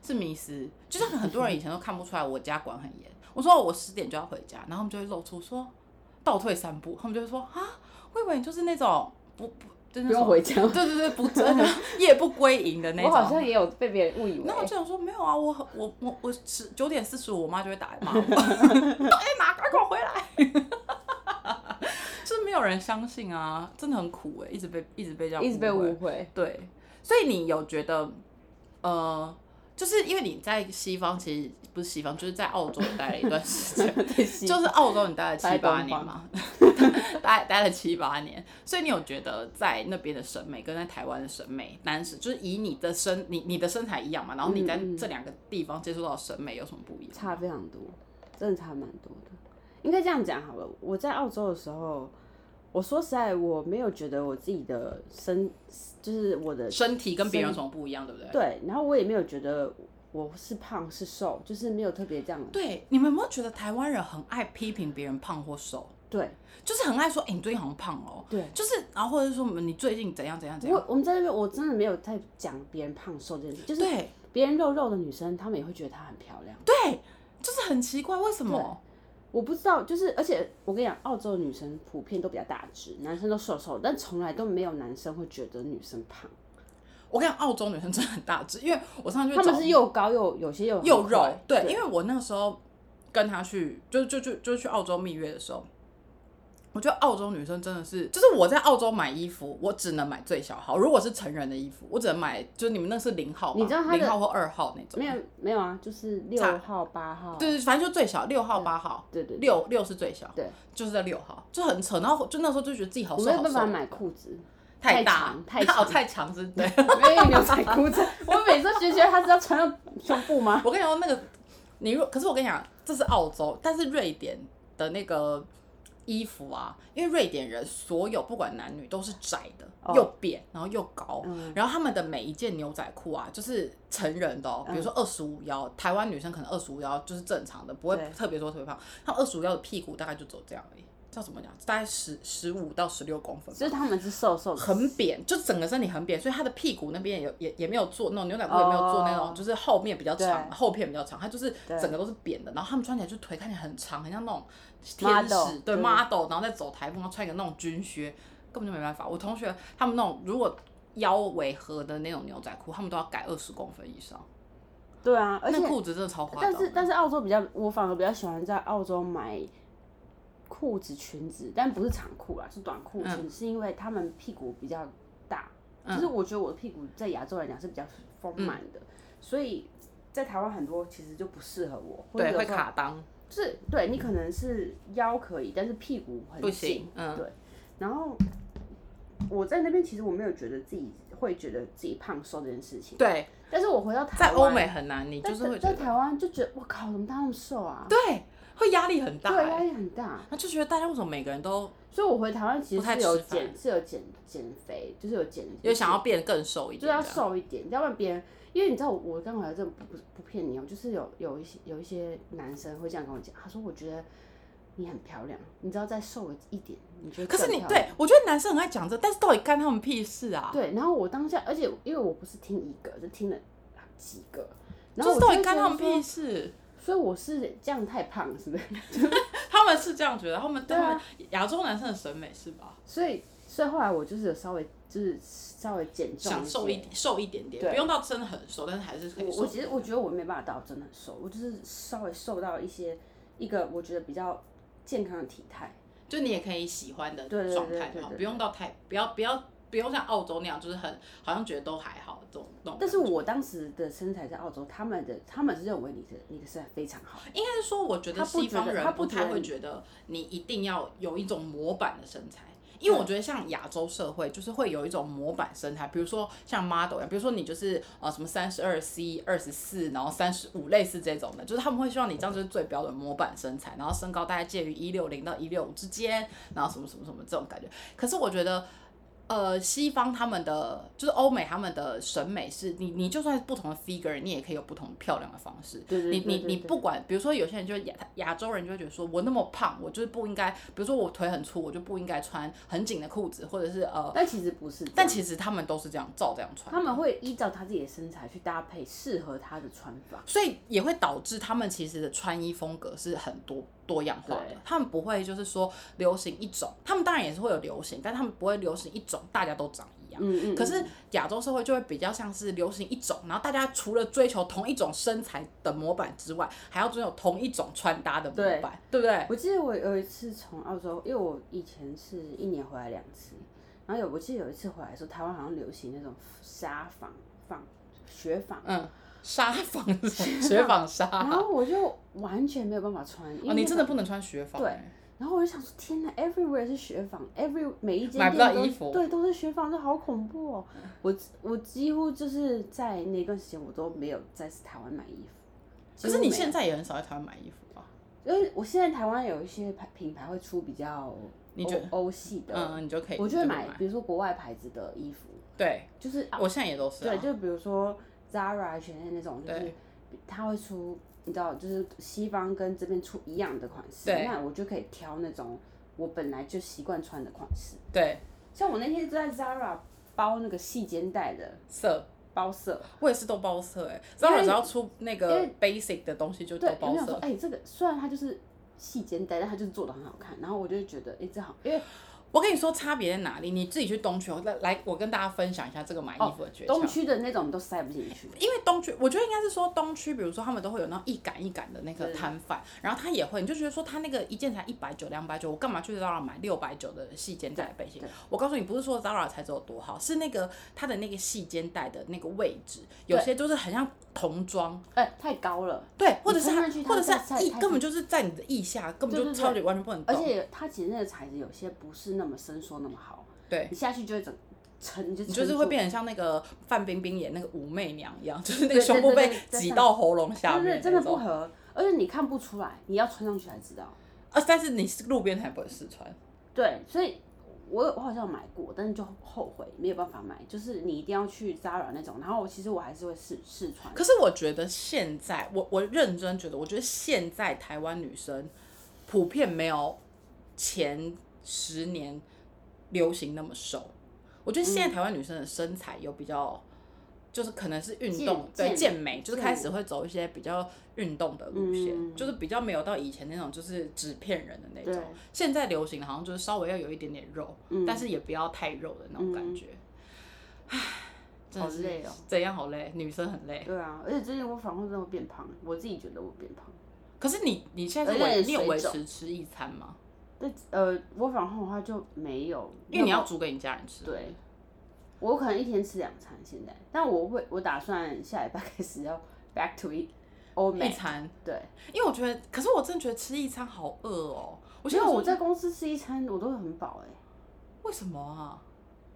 [SPEAKER 1] 是迷失，就像很多人以前都看不出来我家管很严。我说我十点就要回家，然后他们就会露出说倒退三步，他们就会说啊，我以为你就是那种不不就是那
[SPEAKER 2] 不用
[SPEAKER 1] 种
[SPEAKER 2] 回家。
[SPEAKER 1] 对对对不真 的夜不归营的那
[SPEAKER 2] 我
[SPEAKER 1] 种。
[SPEAKER 2] 好像也有被别人误以为
[SPEAKER 1] 然，后我就想说没有啊，我很我我我十九点四十五，我妈就会打来骂 我，到底哪快给我回来？ 就是没有人相信啊，真的很苦哎、一直被一直被这样
[SPEAKER 2] 一直被
[SPEAKER 1] 误会
[SPEAKER 2] 误会。
[SPEAKER 1] 对，所以你有觉得，呃，就是因为你在西方，其实不是西方，就是在澳洲待了一段时 间，
[SPEAKER 2] 就
[SPEAKER 1] 就是澳洲你待了七
[SPEAKER 2] 待
[SPEAKER 1] 八
[SPEAKER 2] 东
[SPEAKER 1] 年嘛，待待了七八年，所以你有觉得在那边的审美跟在台湾的审美，男生就是以你的身你你的身材一样嘛，然后你在这两个地方接触到的审美有什么不一样？
[SPEAKER 2] 嗯差非常多，真的差蛮多的。应该这样讲好了，我在澳洲的时候，我说实在，我没有觉得我自己的身，就是我的
[SPEAKER 1] 身体跟别人有什么不一样，对不对？
[SPEAKER 2] 对，然后我也没有觉得我是胖是瘦，就是没有特别这样。
[SPEAKER 1] 对，你们有没有觉得台湾人很爱批评别人胖或瘦？
[SPEAKER 2] 对，
[SPEAKER 1] 就是很爱说，哎、你最近好像胖哦。
[SPEAKER 2] 对，
[SPEAKER 1] 就是然后或者说你最近怎样怎样怎样。
[SPEAKER 2] 我我们在那边我真的没有在讲别人胖瘦这件事，就是
[SPEAKER 1] 对
[SPEAKER 2] 别人肉肉的女生，她们也会觉得她很漂亮。
[SPEAKER 1] 对，就是很奇怪，为什么？
[SPEAKER 2] 我不知道，就是而且我跟你讲，澳洲的女生普遍都比较大只，男生都瘦瘦，但从来都没有男生会觉得女生胖，
[SPEAKER 1] 我跟你讲，澳洲女生真的很大只，因为我上次去
[SPEAKER 2] 他
[SPEAKER 1] 找
[SPEAKER 2] 们是又高又有些又很
[SPEAKER 1] 又肉
[SPEAKER 2] 块，
[SPEAKER 1] 对，因为我那个时候跟她去，就就就就去澳洲蜜月的时候。我觉得澳洲女生真的是，就是我在澳洲买衣服，我只能买最小号。如果是成人的衣服，我只能买，就是你们那是零号吧，
[SPEAKER 2] 你知道她的
[SPEAKER 1] 零号或二号那种，
[SPEAKER 2] 没有没有啊，就是六
[SPEAKER 1] 差
[SPEAKER 2] 号八号，
[SPEAKER 1] 对，对，反正就最小，六号、八号，
[SPEAKER 2] 对对对
[SPEAKER 1] 六六是最小，
[SPEAKER 2] 对，
[SPEAKER 1] 就是在六号，就很扯。然后就那时候就觉得自己好
[SPEAKER 2] 我
[SPEAKER 1] 瘦，
[SPEAKER 2] 没有
[SPEAKER 1] 好
[SPEAKER 2] 办
[SPEAKER 1] 瘦
[SPEAKER 2] 法买裤子，
[SPEAKER 1] 太
[SPEAKER 2] 太
[SPEAKER 1] 大
[SPEAKER 2] 长太
[SPEAKER 1] 好
[SPEAKER 2] 长
[SPEAKER 1] 太长是 对。
[SPEAKER 2] 因为牛仔裤子， 我每次都觉得他是要穿到胸部吗？
[SPEAKER 1] 我跟你说那个，你如可是我跟你讲，这是澳洲，但是瑞典的那个衣服啊，因为瑞典人所有不管男女都是窄的，
[SPEAKER 2] 哦
[SPEAKER 1] 又扁，然后又高，
[SPEAKER 2] 嗯
[SPEAKER 1] 然后他们的每一件牛仔裤啊，就是成人的哦，比
[SPEAKER 2] 嗯
[SPEAKER 1] 如说二十五腰，台湾女生可能二十五腰就是正常的，不会
[SPEAKER 2] 对
[SPEAKER 1] 特别说特别胖，他们二十五腰的屁股大概就只有这样而已，叫怎么讲？大概十十五到十六公分吧，
[SPEAKER 2] 就是他们是瘦瘦的，
[SPEAKER 1] 很扁，就整个身体很扁，所以他的屁股那边也有也也没有做那种牛仔裤，也没有做那种
[SPEAKER 2] 哦
[SPEAKER 1] 就是后面比较长，
[SPEAKER 2] 对
[SPEAKER 1] 后片比较长，他就是
[SPEAKER 2] 对
[SPEAKER 1] 整个都是扁的。然后他们穿起来就腿看起来很长，很像那种天
[SPEAKER 2] Model，
[SPEAKER 1] 使对
[SPEAKER 2] 对
[SPEAKER 1] model，然后再走台风，然后穿一个那种军靴，根本就没办法。我同学他们那种如果腰围合的那种牛仔裤，他们都要改二十公分以上，
[SPEAKER 2] 对啊，而
[SPEAKER 1] 那
[SPEAKER 2] 且
[SPEAKER 1] 裤子真的超夸张
[SPEAKER 2] 但
[SPEAKER 1] 的。
[SPEAKER 2] 是但是澳洲比较，我反而比较喜欢在澳洲买裤子、裙子，但不是长裤啊啦，是短裤、裙
[SPEAKER 1] 嗯
[SPEAKER 2] 子，是因为他们屁股比较大，就是我觉得我的屁股在亚洲来讲是比较丰满的，
[SPEAKER 1] 嗯
[SPEAKER 2] 所以在台湾很多其实就不适合我，或者
[SPEAKER 1] 对
[SPEAKER 2] 有
[SPEAKER 1] 会
[SPEAKER 2] 时候
[SPEAKER 1] 卡裆，
[SPEAKER 2] 就是对你可能是腰可以，但是屁股
[SPEAKER 1] 不
[SPEAKER 2] 很
[SPEAKER 1] 行
[SPEAKER 2] 紧，，
[SPEAKER 1] 嗯，
[SPEAKER 2] 对然后。我在那边其实我没有觉得自己会觉得自己胖瘦这件事情，
[SPEAKER 1] 对，
[SPEAKER 2] 但是我回到台
[SPEAKER 1] 在欧
[SPEAKER 2] 湾，
[SPEAKER 1] 美很难，你
[SPEAKER 2] 但
[SPEAKER 1] 就是会觉
[SPEAKER 2] 在
[SPEAKER 1] 得
[SPEAKER 2] 台湾就觉得我靠，怎么他那么瘦啊？
[SPEAKER 1] 对，会压力很大、
[SPEAKER 2] 对，压
[SPEAKER 1] 欸，
[SPEAKER 2] 力很大。
[SPEAKER 1] 那就觉得大家为什么每个人都
[SPEAKER 2] 所以我回台湾其
[SPEAKER 1] 不
[SPEAKER 2] 实
[SPEAKER 1] 太
[SPEAKER 2] 是有
[SPEAKER 1] 吃饭
[SPEAKER 2] 减，是有减减肥，就是有减，
[SPEAKER 1] 有想要变得更瘦一点
[SPEAKER 2] 就是
[SPEAKER 1] 这
[SPEAKER 2] 要
[SPEAKER 1] 样，
[SPEAKER 2] 瘦一点，要不然别人，因为你知道我我刚回来真的不不不骗你哦，就是有有一些有一些男生会这样跟我讲，他说我觉得你很漂亮，你只要再瘦了一点，你觉得
[SPEAKER 1] 可是
[SPEAKER 2] 更
[SPEAKER 1] 你
[SPEAKER 2] 漂亮
[SPEAKER 1] 对我觉得男生很爱讲这，但是到底干他们屁事啊？
[SPEAKER 2] 对，然后我当下，而且因为我不是听一个，是听了几个，然
[SPEAKER 1] 就
[SPEAKER 2] 后
[SPEAKER 1] 是到
[SPEAKER 2] 我就
[SPEAKER 1] 底
[SPEAKER 2] 会
[SPEAKER 1] 干
[SPEAKER 2] 觉
[SPEAKER 1] 他
[SPEAKER 2] 得
[SPEAKER 1] 们
[SPEAKER 2] 说
[SPEAKER 1] 屁事？
[SPEAKER 2] 所以我是这样太胖，是不是？
[SPEAKER 1] 他们是这样觉得，他们对
[SPEAKER 2] 对
[SPEAKER 1] 他
[SPEAKER 2] 啊
[SPEAKER 1] 们亚洲男生的审美是吧？
[SPEAKER 2] 所以所以后来我就是有稍微就是稍微减重，
[SPEAKER 1] 想瘦一点，瘦一点点，
[SPEAKER 2] 对
[SPEAKER 1] 不用到真的很瘦，但是还是可以
[SPEAKER 2] 我
[SPEAKER 1] 瘦
[SPEAKER 2] 我。其实我觉得我没办法到真的很瘦，我就是稍微瘦到一些一个我觉得比较健康的体态。
[SPEAKER 1] 就你也可以喜欢的
[SPEAKER 2] 对对对
[SPEAKER 1] 状态
[SPEAKER 2] 对对
[SPEAKER 1] 就好，
[SPEAKER 2] 对
[SPEAKER 1] 不用到太不要不要不用像澳洲那样，就是很好像觉得都还好这种那种。
[SPEAKER 2] 但是我当时的身材在澳洲，他们的他们是认为你的你的身材非常好，
[SPEAKER 1] 应该是说，我觉得
[SPEAKER 2] 他不
[SPEAKER 1] 西方
[SPEAKER 2] 觉得他
[SPEAKER 1] 人
[SPEAKER 2] 不觉
[SPEAKER 1] 太
[SPEAKER 2] 得
[SPEAKER 1] 会
[SPEAKER 2] 你
[SPEAKER 1] 觉得你一定要有一种模板的身材，因为我觉得像亚洲社会就是会有一种模板身材，比如说像 model 一样，比如说你就是呃什么三十二 C、二十四，然后三十五，类似这种的，就是他们会希望你这样就是最标准模板身材，然后身高大概介于一六零到一六五之间，然后什么什么什么这种感觉。可是我觉得。呃，西方他们的就是欧美他们的审美是，你你就算是不同的 figure，你也可以有不同漂亮的方式。
[SPEAKER 2] 对对对
[SPEAKER 1] 你
[SPEAKER 2] 对
[SPEAKER 1] 你你
[SPEAKER 2] 对
[SPEAKER 1] 不管，比如说有些人就会亚亚洲人就会觉得说，我那么胖，我就是不应该，比如说我腿很粗，我就不应该穿很紧的裤子，或者是呃，
[SPEAKER 2] 但其实不是这样。
[SPEAKER 1] 但其实他们都是这样照这样穿，
[SPEAKER 2] 他们会依照他自己的身材去搭配适合他的穿法。
[SPEAKER 1] 所以也会导致他们其实的穿衣风格是很多多样化的
[SPEAKER 2] 对，
[SPEAKER 1] 他们不会就是说流行一种，他们当然也是会有流行，但他们不会流行一种大家都长一样。
[SPEAKER 2] 嗯嗯。
[SPEAKER 1] 可是亚洲社会就会比较像是流行一种，然后大家除了追求同一种身材的模板之外，还要追求同一种穿搭的模
[SPEAKER 2] 对
[SPEAKER 1] 板，对不对？
[SPEAKER 2] 我记得我有一次从澳洲，因为我以前是一年回来两次，然后有我记得有一次回来的时候，台湾好像流行那种纱纺纺雪纺。
[SPEAKER 1] 嗯，纱纺是什么 雪纺纱
[SPEAKER 2] 然
[SPEAKER 1] 啊，
[SPEAKER 2] 后我就完全没有办法穿，因为、
[SPEAKER 1] 哦你真的不能穿雪纺、
[SPEAKER 2] 对
[SPEAKER 1] 欸
[SPEAKER 2] 然后我就想说，天哪，everywhere 是雪纺，every 每一间
[SPEAKER 1] 买
[SPEAKER 2] 店
[SPEAKER 1] 不到
[SPEAKER 2] 都
[SPEAKER 1] 衣服
[SPEAKER 2] 对，都是雪纺，这好恐怖哦！我我几乎就是在那段时间，我都没有在台湾买衣服。
[SPEAKER 1] 可是你现
[SPEAKER 2] 在，
[SPEAKER 1] 在也很少在台湾买衣服啊吧？
[SPEAKER 2] 因为我现在台湾有一些牌品牌会出比较
[SPEAKER 1] 你
[SPEAKER 2] 欧
[SPEAKER 1] 觉得
[SPEAKER 2] 欧系的，
[SPEAKER 1] 嗯，你就可以，
[SPEAKER 2] 我就会
[SPEAKER 1] 会
[SPEAKER 2] 买，比如说国外牌子的衣服，
[SPEAKER 1] 对，
[SPEAKER 2] 就是
[SPEAKER 1] 我现在也都是、啊
[SPEAKER 2] 对，。就比如说 Zara、全 a 那种，就是它会出，你知道，就是西方跟这边出一样的款式，
[SPEAKER 1] 对
[SPEAKER 2] 那我就可以挑那种我本来就习惯穿的款式。
[SPEAKER 1] 对，
[SPEAKER 2] 像我那天就在 Zara 包那个细肩带的
[SPEAKER 1] 色，
[SPEAKER 2] 包色，
[SPEAKER 1] 我也是都包色哎、欸。
[SPEAKER 2] 因为
[SPEAKER 1] Zara 只要出那
[SPEAKER 2] 因
[SPEAKER 1] 个
[SPEAKER 2] 为
[SPEAKER 1] basic 的东西就都
[SPEAKER 2] 对，我
[SPEAKER 1] 包
[SPEAKER 2] 就想说，
[SPEAKER 1] 色。
[SPEAKER 2] 哎、这个虽然它就是细肩带，但它就是做的很好看，然后我就觉得，哎、这好，因为
[SPEAKER 1] 我跟你说差别在哪里，你自己去东区，我来来，我跟大家分享一下这个买衣服的诀窍。
[SPEAKER 2] 哦东区的那种都塞不进去，
[SPEAKER 1] 因为东区，我觉得应该是说东区，比如说他们都会有那种一杆一杆的那个摊贩，然后他也会，你就觉得说他那个一件才一百九、两百九，我干嘛去 Zara 买六百九的细肩带背心
[SPEAKER 2] 对对？
[SPEAKER 1] 我告诉你，不是说 Zara 材质有多好，是那个它的那个细肩带的那个位置，有些就是很像童装，
[SPEAKER 2] 哎、太高了，
[SPEAKER 1] 对，或者是
[SPEAKER 2] 你
[SPEAKER 1] 它
[SPEAKER 2] 穿上去，它
[SPEAKER 1] 或者是
[SPEAKER 2] 太
[SPEAKER 1] 它
[SPEAKER 2] 太
[SPEAKER 1] 腋
[SPEAKER 2] 太
[SPEAKER 1] 根本就是在你的腋下，根本
[SPEAKER 2] 对
[SPEAKER 1] 就
[SPEAKER 2] 对对
[SPEAKER 1] 超级完全不能
[SPEAKER 2] 而
[SPEAKER 1] 动，
[SPEAKER 2] 且它其实那个材质有些不是那么伸缩那么好，
[SPEAKER 1] 对。
[SPEAKER 2] 你下去就会整撑，你就
[SPEAKER 1] 你就是
[SPEAKER 2] 撑
[SPEAKER 1] 会
[SPEAKER 2] 住
[SPEAKER 1] 变成像那个范冰冰演那个武媚娘一样，就是那个
[SPEAKER 2] 对
[SPEAKER 1] 胸
[SPEAKER 2] 对
[SPEAKER 1] 部
[SPEAKER 2] 对
[SPEAKER 1] 被
[SPEAKER 2] 对对
[SPEAKER 1] 挤到喉咙下
[SPEAKER 2] 对对
[SPEAKER 1] 面
[SPEAKER 2] 对，真
[SPEAKER 1] 那
[SPEAKER 2] 的不
[SPEAKER 1] 种。
[SPEAKER 2] 合，而且你看不出来，你要穿上去才知道。
[SPEAKER 1] 呃，但是你是路边摊不会试穿，
[SPEAKER 2] 对，所以我我好像有买过，但是就后悔没有办法买，就是你一定要去 Zara 那种，然后我其实我还是会试试穿。
[SPEAKER 1] 可是我觉得现在，我我认真觉得，我觉得现在台湾女生普遍没有前十年流行那么瘦。我觉得
[SPEAKER 2] 嗯
[SPEAKER 1] 现在台湾女生的身材有比较，就是可能是运
[SPEAKER 2] 健
[SPEAKER 1] 动对
[SPEAKER 2] 健
[SPEAKER 1] 健美，就是
[SPEAKER 2] 健
[SPEAKER 1] 开始会走一些比较运动的路线，
[SPEAKER 2] 嗯
[SPEAKER 1] 就是比较没有到以前那种就是纸片人的那
[SPEAKER 2] 对嗯
[SPEAKER 1] 种。现在流行的好像就是稍微要有一点点肉，但是也不要太肉的那种感觉。唉，真
[SPEAKER 2] 好
[SPEAKER 1] 的是
[SPEAKER 2] 累哦
[SPEAKER 1] 怎样好累？女生很累。
[SPEAKER 2] 对啊，而且最近我反而真的变胖，我自己觉得我变胖。
[SPEAKER 1] 可是你你现在
[SPEAKER 2] 而
[SPEAKER 1] 是
[SPEAKER 2] 且
[SPEAKER 1] 维
[SPEAKER 2] 也
[SPEAKER 1] 你有
[SPEAKER 2] 水
[SPEAKER 1] 维
[SPEAKER 2] 肿
[SPEAKER 1] 持吃一餐吗？
[SPEAKER 2] 但呃，我反而的话就没有，
[SPEAKER 1] 因为你要煮给你家人吃。
[SPEAKER 2] 对，我可能一天吃两餐现在，但我会我打算下礼拜开始要 back to eat 欧
[SPEAKER 1] 一
[SPEAKER 2] 美，
[SPEAKER 1] 餐，
[SPEAKER 2] 对，
[SPEAKER 1] 因为我觉得，可是我真的觉得吃一餐好饿哦。我
[SPEAKER 2] 因
[SPEAKER 1] 现
[SPEAKER 2] 为
[SPEAKER 1] 在
[SPEAKER 2] 我在公司吃一餐我都会很饱哎、
[SPEAKER 1] 为什么啊？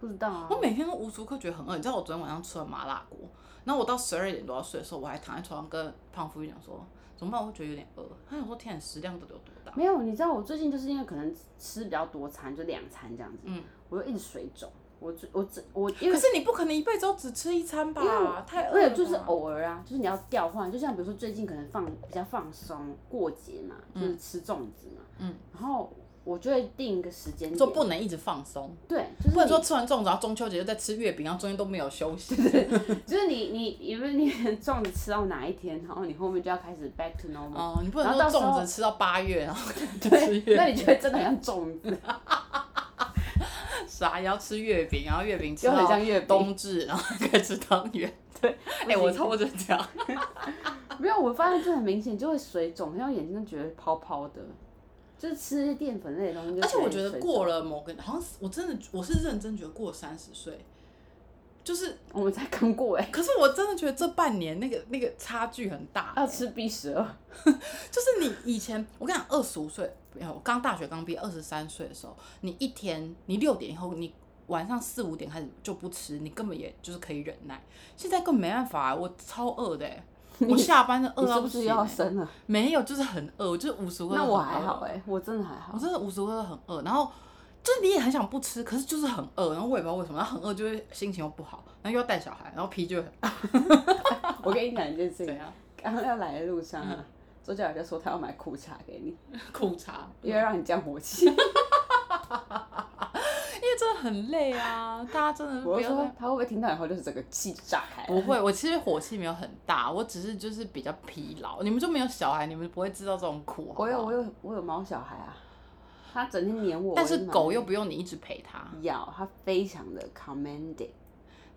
[SPEAKER 2] 不知道啊
[SPEAKER 1] 我，每天都无时无刻觉得很饿。你知道我昨天晚上吃了麻辣锅，然后我到十二点多要睡的时候，我还躺在床上跟胖夫一讲说，怎么办？我觉得有点饿。他想说，天啊，食量到底有多大？
[SPEAKER 2] 没有，你知道我最近就是因为可能吃比较多餐，就两餐这样子，
[SPEAKER 1] 嗯，
[SPEAKER 2] 我就一直水肿，我最我这我因为
[SPEAKER 1] 可是你不可能一辈子都只吃一餐
[SPEAKER 2] 因为
[SPEAKER 1] 吧
[SPEAKER 2] 我？
[SPEAKER 1] 太饿
[SPEAKER 2] 对，
[SPEAKER 1] 了。
[SPEAKER 2] 就是，偶尔啊，就是你要调换，就像比如说最近可能放比较放松，过节嘛，就是吃粽子嘛，
[SPEAKER 1] 嗯，
[SPEAKER 2] 然后我就会定一个时间
[SPEAKER 1] 就
[SPEAKER 2] 点，
[SPEAKER 1] 不能一直放松，
[SPEAKER 2] 对，就是
[SPEAKER 1] 不能
[SPEAKER 2] 你
[SPEAKER 1] 说吃完粽子，然后中秋节又在吃月饼，然后中间都没有休息。
[SPEAKER 2] 就是你你因为你可能粽子吃到哪一天，然后你后面就要开始 back to normal，、
[SPEAKER 1] 哦，你不能
[SPEAKER 2] 嗯然后
[SPEAKER 1] 说
[SPEAKER 2] 到时候
[SPEAKER 1] 粽子吃到八月，然 后吃
[SPEAKER 2] 对，
[SPEAKER 1] 月
[SPEAKER 2] 那你就会真的很像粽子，
[SPEAKER 1] 啥，然后吃月饼，然后月饼吃
[SPEAKER 2] 就很
[SPEAKER 1] 到
[SPEAKER 2] 像月饼。
[SPEAKER 1] 冬至，然后开始吃汤圆。哎、
[SPEAKER 2] 不
[SPEAKER 1] 我
[SPEAKER 2] 行
[SPEAKER 1] 差不多就这样。
[SPEAKER 2] 没有，我发现这很明显，就会水肿，然后眼睛都觉得泡泡的，就是吃那些淀粉类的东西就。
[SPEAKER 1] 而且我觉得过
[SPEAKER 2] 了，
[SPEAKER 1] 了某个，好像是我真的我是认真觉得过三十岁，就是，
[SPEAKER 2] 我们才刚过哎、
[SPEAKER 1] 可是我真的觉得这半年那个那个差距很大、哎
[SPEAKER 2] 要吃哦 B 十二，
[SPEAKER 1] 就是你以前，我跟你讲，二十五岁，没有，我刚大学刚毕业，二十三岁的时候，你一天，你六点以后，你晚上四五点开始就不吃，你根本也就是可以忍耐。现在根本没办法、啊我超饿的、 欸，我下班就
[SPEAKER 2] 你
[SPEAKER 1] 饿
[SPEAKER 2] 是
[SPEAKER 1] 到
[SPEAKER 2] 不是
[SPEAKER 1] 行、
[SPEAKER 2] 又要
[SPEAKER 1] 欸。
[SPEAKER 2] 生了？
[SPEAKER 1] 没有，就是很饿，我就是五十个。
[SPEAKER 2] 那我还好哎、我真的还好
[SPEAKER 1] 我。真的无时无刻都很饿，然后就是你也很想不吃，可是就是很饿，然后我也不知道为什么，然后很饿就会心情又不好，然后又要带小孩，然后脾气就很
[SPEAKER 2] 我跟你讲一件
[SPEAKER 1] 怎
[SPEAKER 2] 事情，
[SPEAKER 1] 样？
[SPEAKER 2] 刚刚要来的路上
[SPEAKER 1] 嗯
[SPEAKER 2] 啊，周教授说他要买苦茶给你，
[SPEAKER 1] 苦 茶，
[SPEAKER 2] 因为让你降火 气。
[SPEAKER 1] 因为真的很累啊，大家真的
[SPEAKER 2] 我
[SPEAKER 1] 不
[SPEAKER 2] 就
[SPEAKER 1] 要再
[SPEAKER 2] 说他会不会听到以后就是整个气炸开？
[SPEAKER 1] 不会，我其实火气没有很大，我只是就是比较疲劳。你们就没有小孩，你们不会知道这种苦。好
[SPEAKER 2] 我
[SPEAKER 1] 不好
[SPEAKER 2] 有我有我有猫小孩啊，他整天黏我，
[SPEAKER 1] 但
[SPEAKER 2] 我
[SPEAKER 1] 是
[SPEAKER 2] 就蛮
[SPEAKER 1] 狗又不用你一直陪它。
[SPEAKER 2] 咬，他非常的 commanding，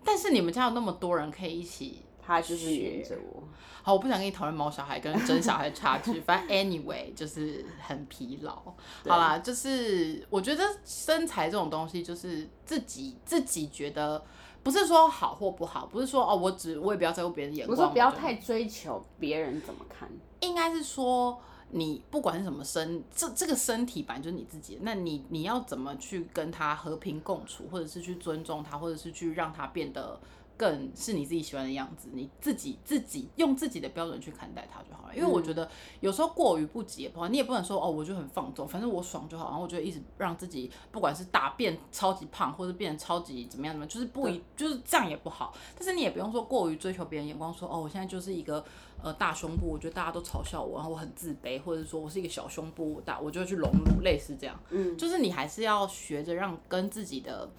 [SPEAKER 1] 但是你们家有那么多人可以一起。
[SPEAKER 2] 他就是
[SPEAKER 1] 学
[SPEAKER 2] 黏着我。
[SPEAKER 1] 好，我不想跟你讨论毛小孩跟真小孩的差 距，反正 anyway 就是很疲劳。好啦，就是我觉得身材这种东西，就是自己自己觉得，不是说好或不好，不是说哦，我只我也不要在乎别人的眼
[SPEAKER 2] 我
[SPEAKER 1] 光，
[SPEAKER 2] 说不要
[SPEAKER 1] 就
[SPEAKER 2] 太追求别人怎么看，
[SPEAKER 1] 应该是说，你不管是什么身，这这个身体本来就是你自己的，那你你要怎么去跟他和平共处，或者是去尊重他，或者是去让他变得更是你自己喜欢的样子，你自己自己用自己的标准去看待他就好了。因为我觉得有时候过于不及也不好，你也不能说哦，我就很放纵，反正我爽就好，然后我就一直让自己不管是大变超级胖，或者变得超级怎么样怎么样，就是不一就是这样也不好。但是你也不用说过于追求别人眼光，说哦，我现在就是一个呃大胸部，我觉得大家都嘲笑我，然后我很自卑，或者说我是一个小胸部，我大我就会去融入，类似这样。嗯，就是你还是要学着让跟自己的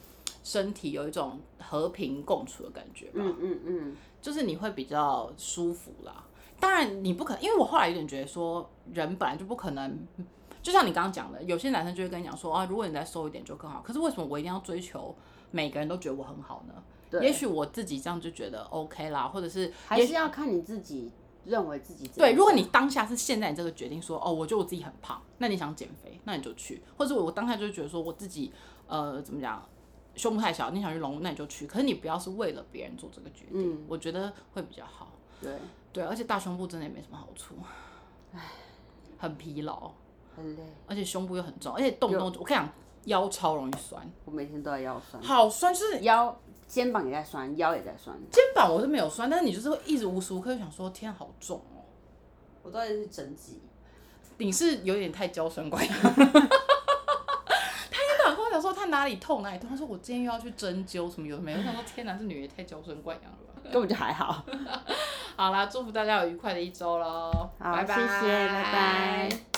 [SPEAKER 1] 身体有一种和平共处的感觉吧，
[SPEAKER 2] 嗯嗯嗯，
[SPEAKER 1] 就是你会比较舒服啦。当然，你不可能，因为我后来有点觉得说，人本来就不可能，就像你刚刚讲的，有些男生就会跟你讲说啊，如果你再瘦一点就更好。可是为什么我一定要追求每个人都觉得我很好呢？
[SPEAKER 2] 对，
[SPEAKER 1] 也许我自己这样就觉得 OK 啦，或者是
[SPEAKER 2] 还是要看你自己认为自己怎么
[SPEAKER 1] 对，
[SPEAKER 2] 样
[SPEAKER 1] 如果你当下是现在你这个决定说，哦，我觉得我自己很胖，那你想减肥，那你就去，或者我当下就觉得说我自己呃怎么讲，胸部太小，你想去隆，那你就去，可是你不要是为了别人做这个决定，我觉得会比较好。
[SPEAKER 2] 对
[SPEAKER 1] 对，而且大胸部真的也没什么好处，很疲劳，
[SPEAKER 2] 很累，
[SPEAKER 1] 而且胸部又很重，而且动不动我跟你讲，腰超容易酸，
[SPEAKER 2] 我每天都在腰酸，
[SPEAKER 1] 好酸，就是
[SPEAKER 2] 腰肩膀也在酸，腰也在酸，
[SPEAKER 1] 肩膀我是没有酸，但是你就是会一直无时无刻想说，天啊好重哦。
[SPEAKER 2] 我到底是整脊，
[SPEAKER 1] 你是有点太娇生 惯养。他一早跟我讲说他哪里痛哪里痛，他说我今天又要去针灸什么有的没有，我想说天哪，这女人也太娇生惯养了吧。
[SPEAKER 2] 根本就还好。
[SPEAKER 1] 好啦，祝福大家有愉快的一周喽，
[SPEAKER 2] 好
[SPEAKER 1] 拜拜，
[SPEAKER 2] 谢谢拜拜。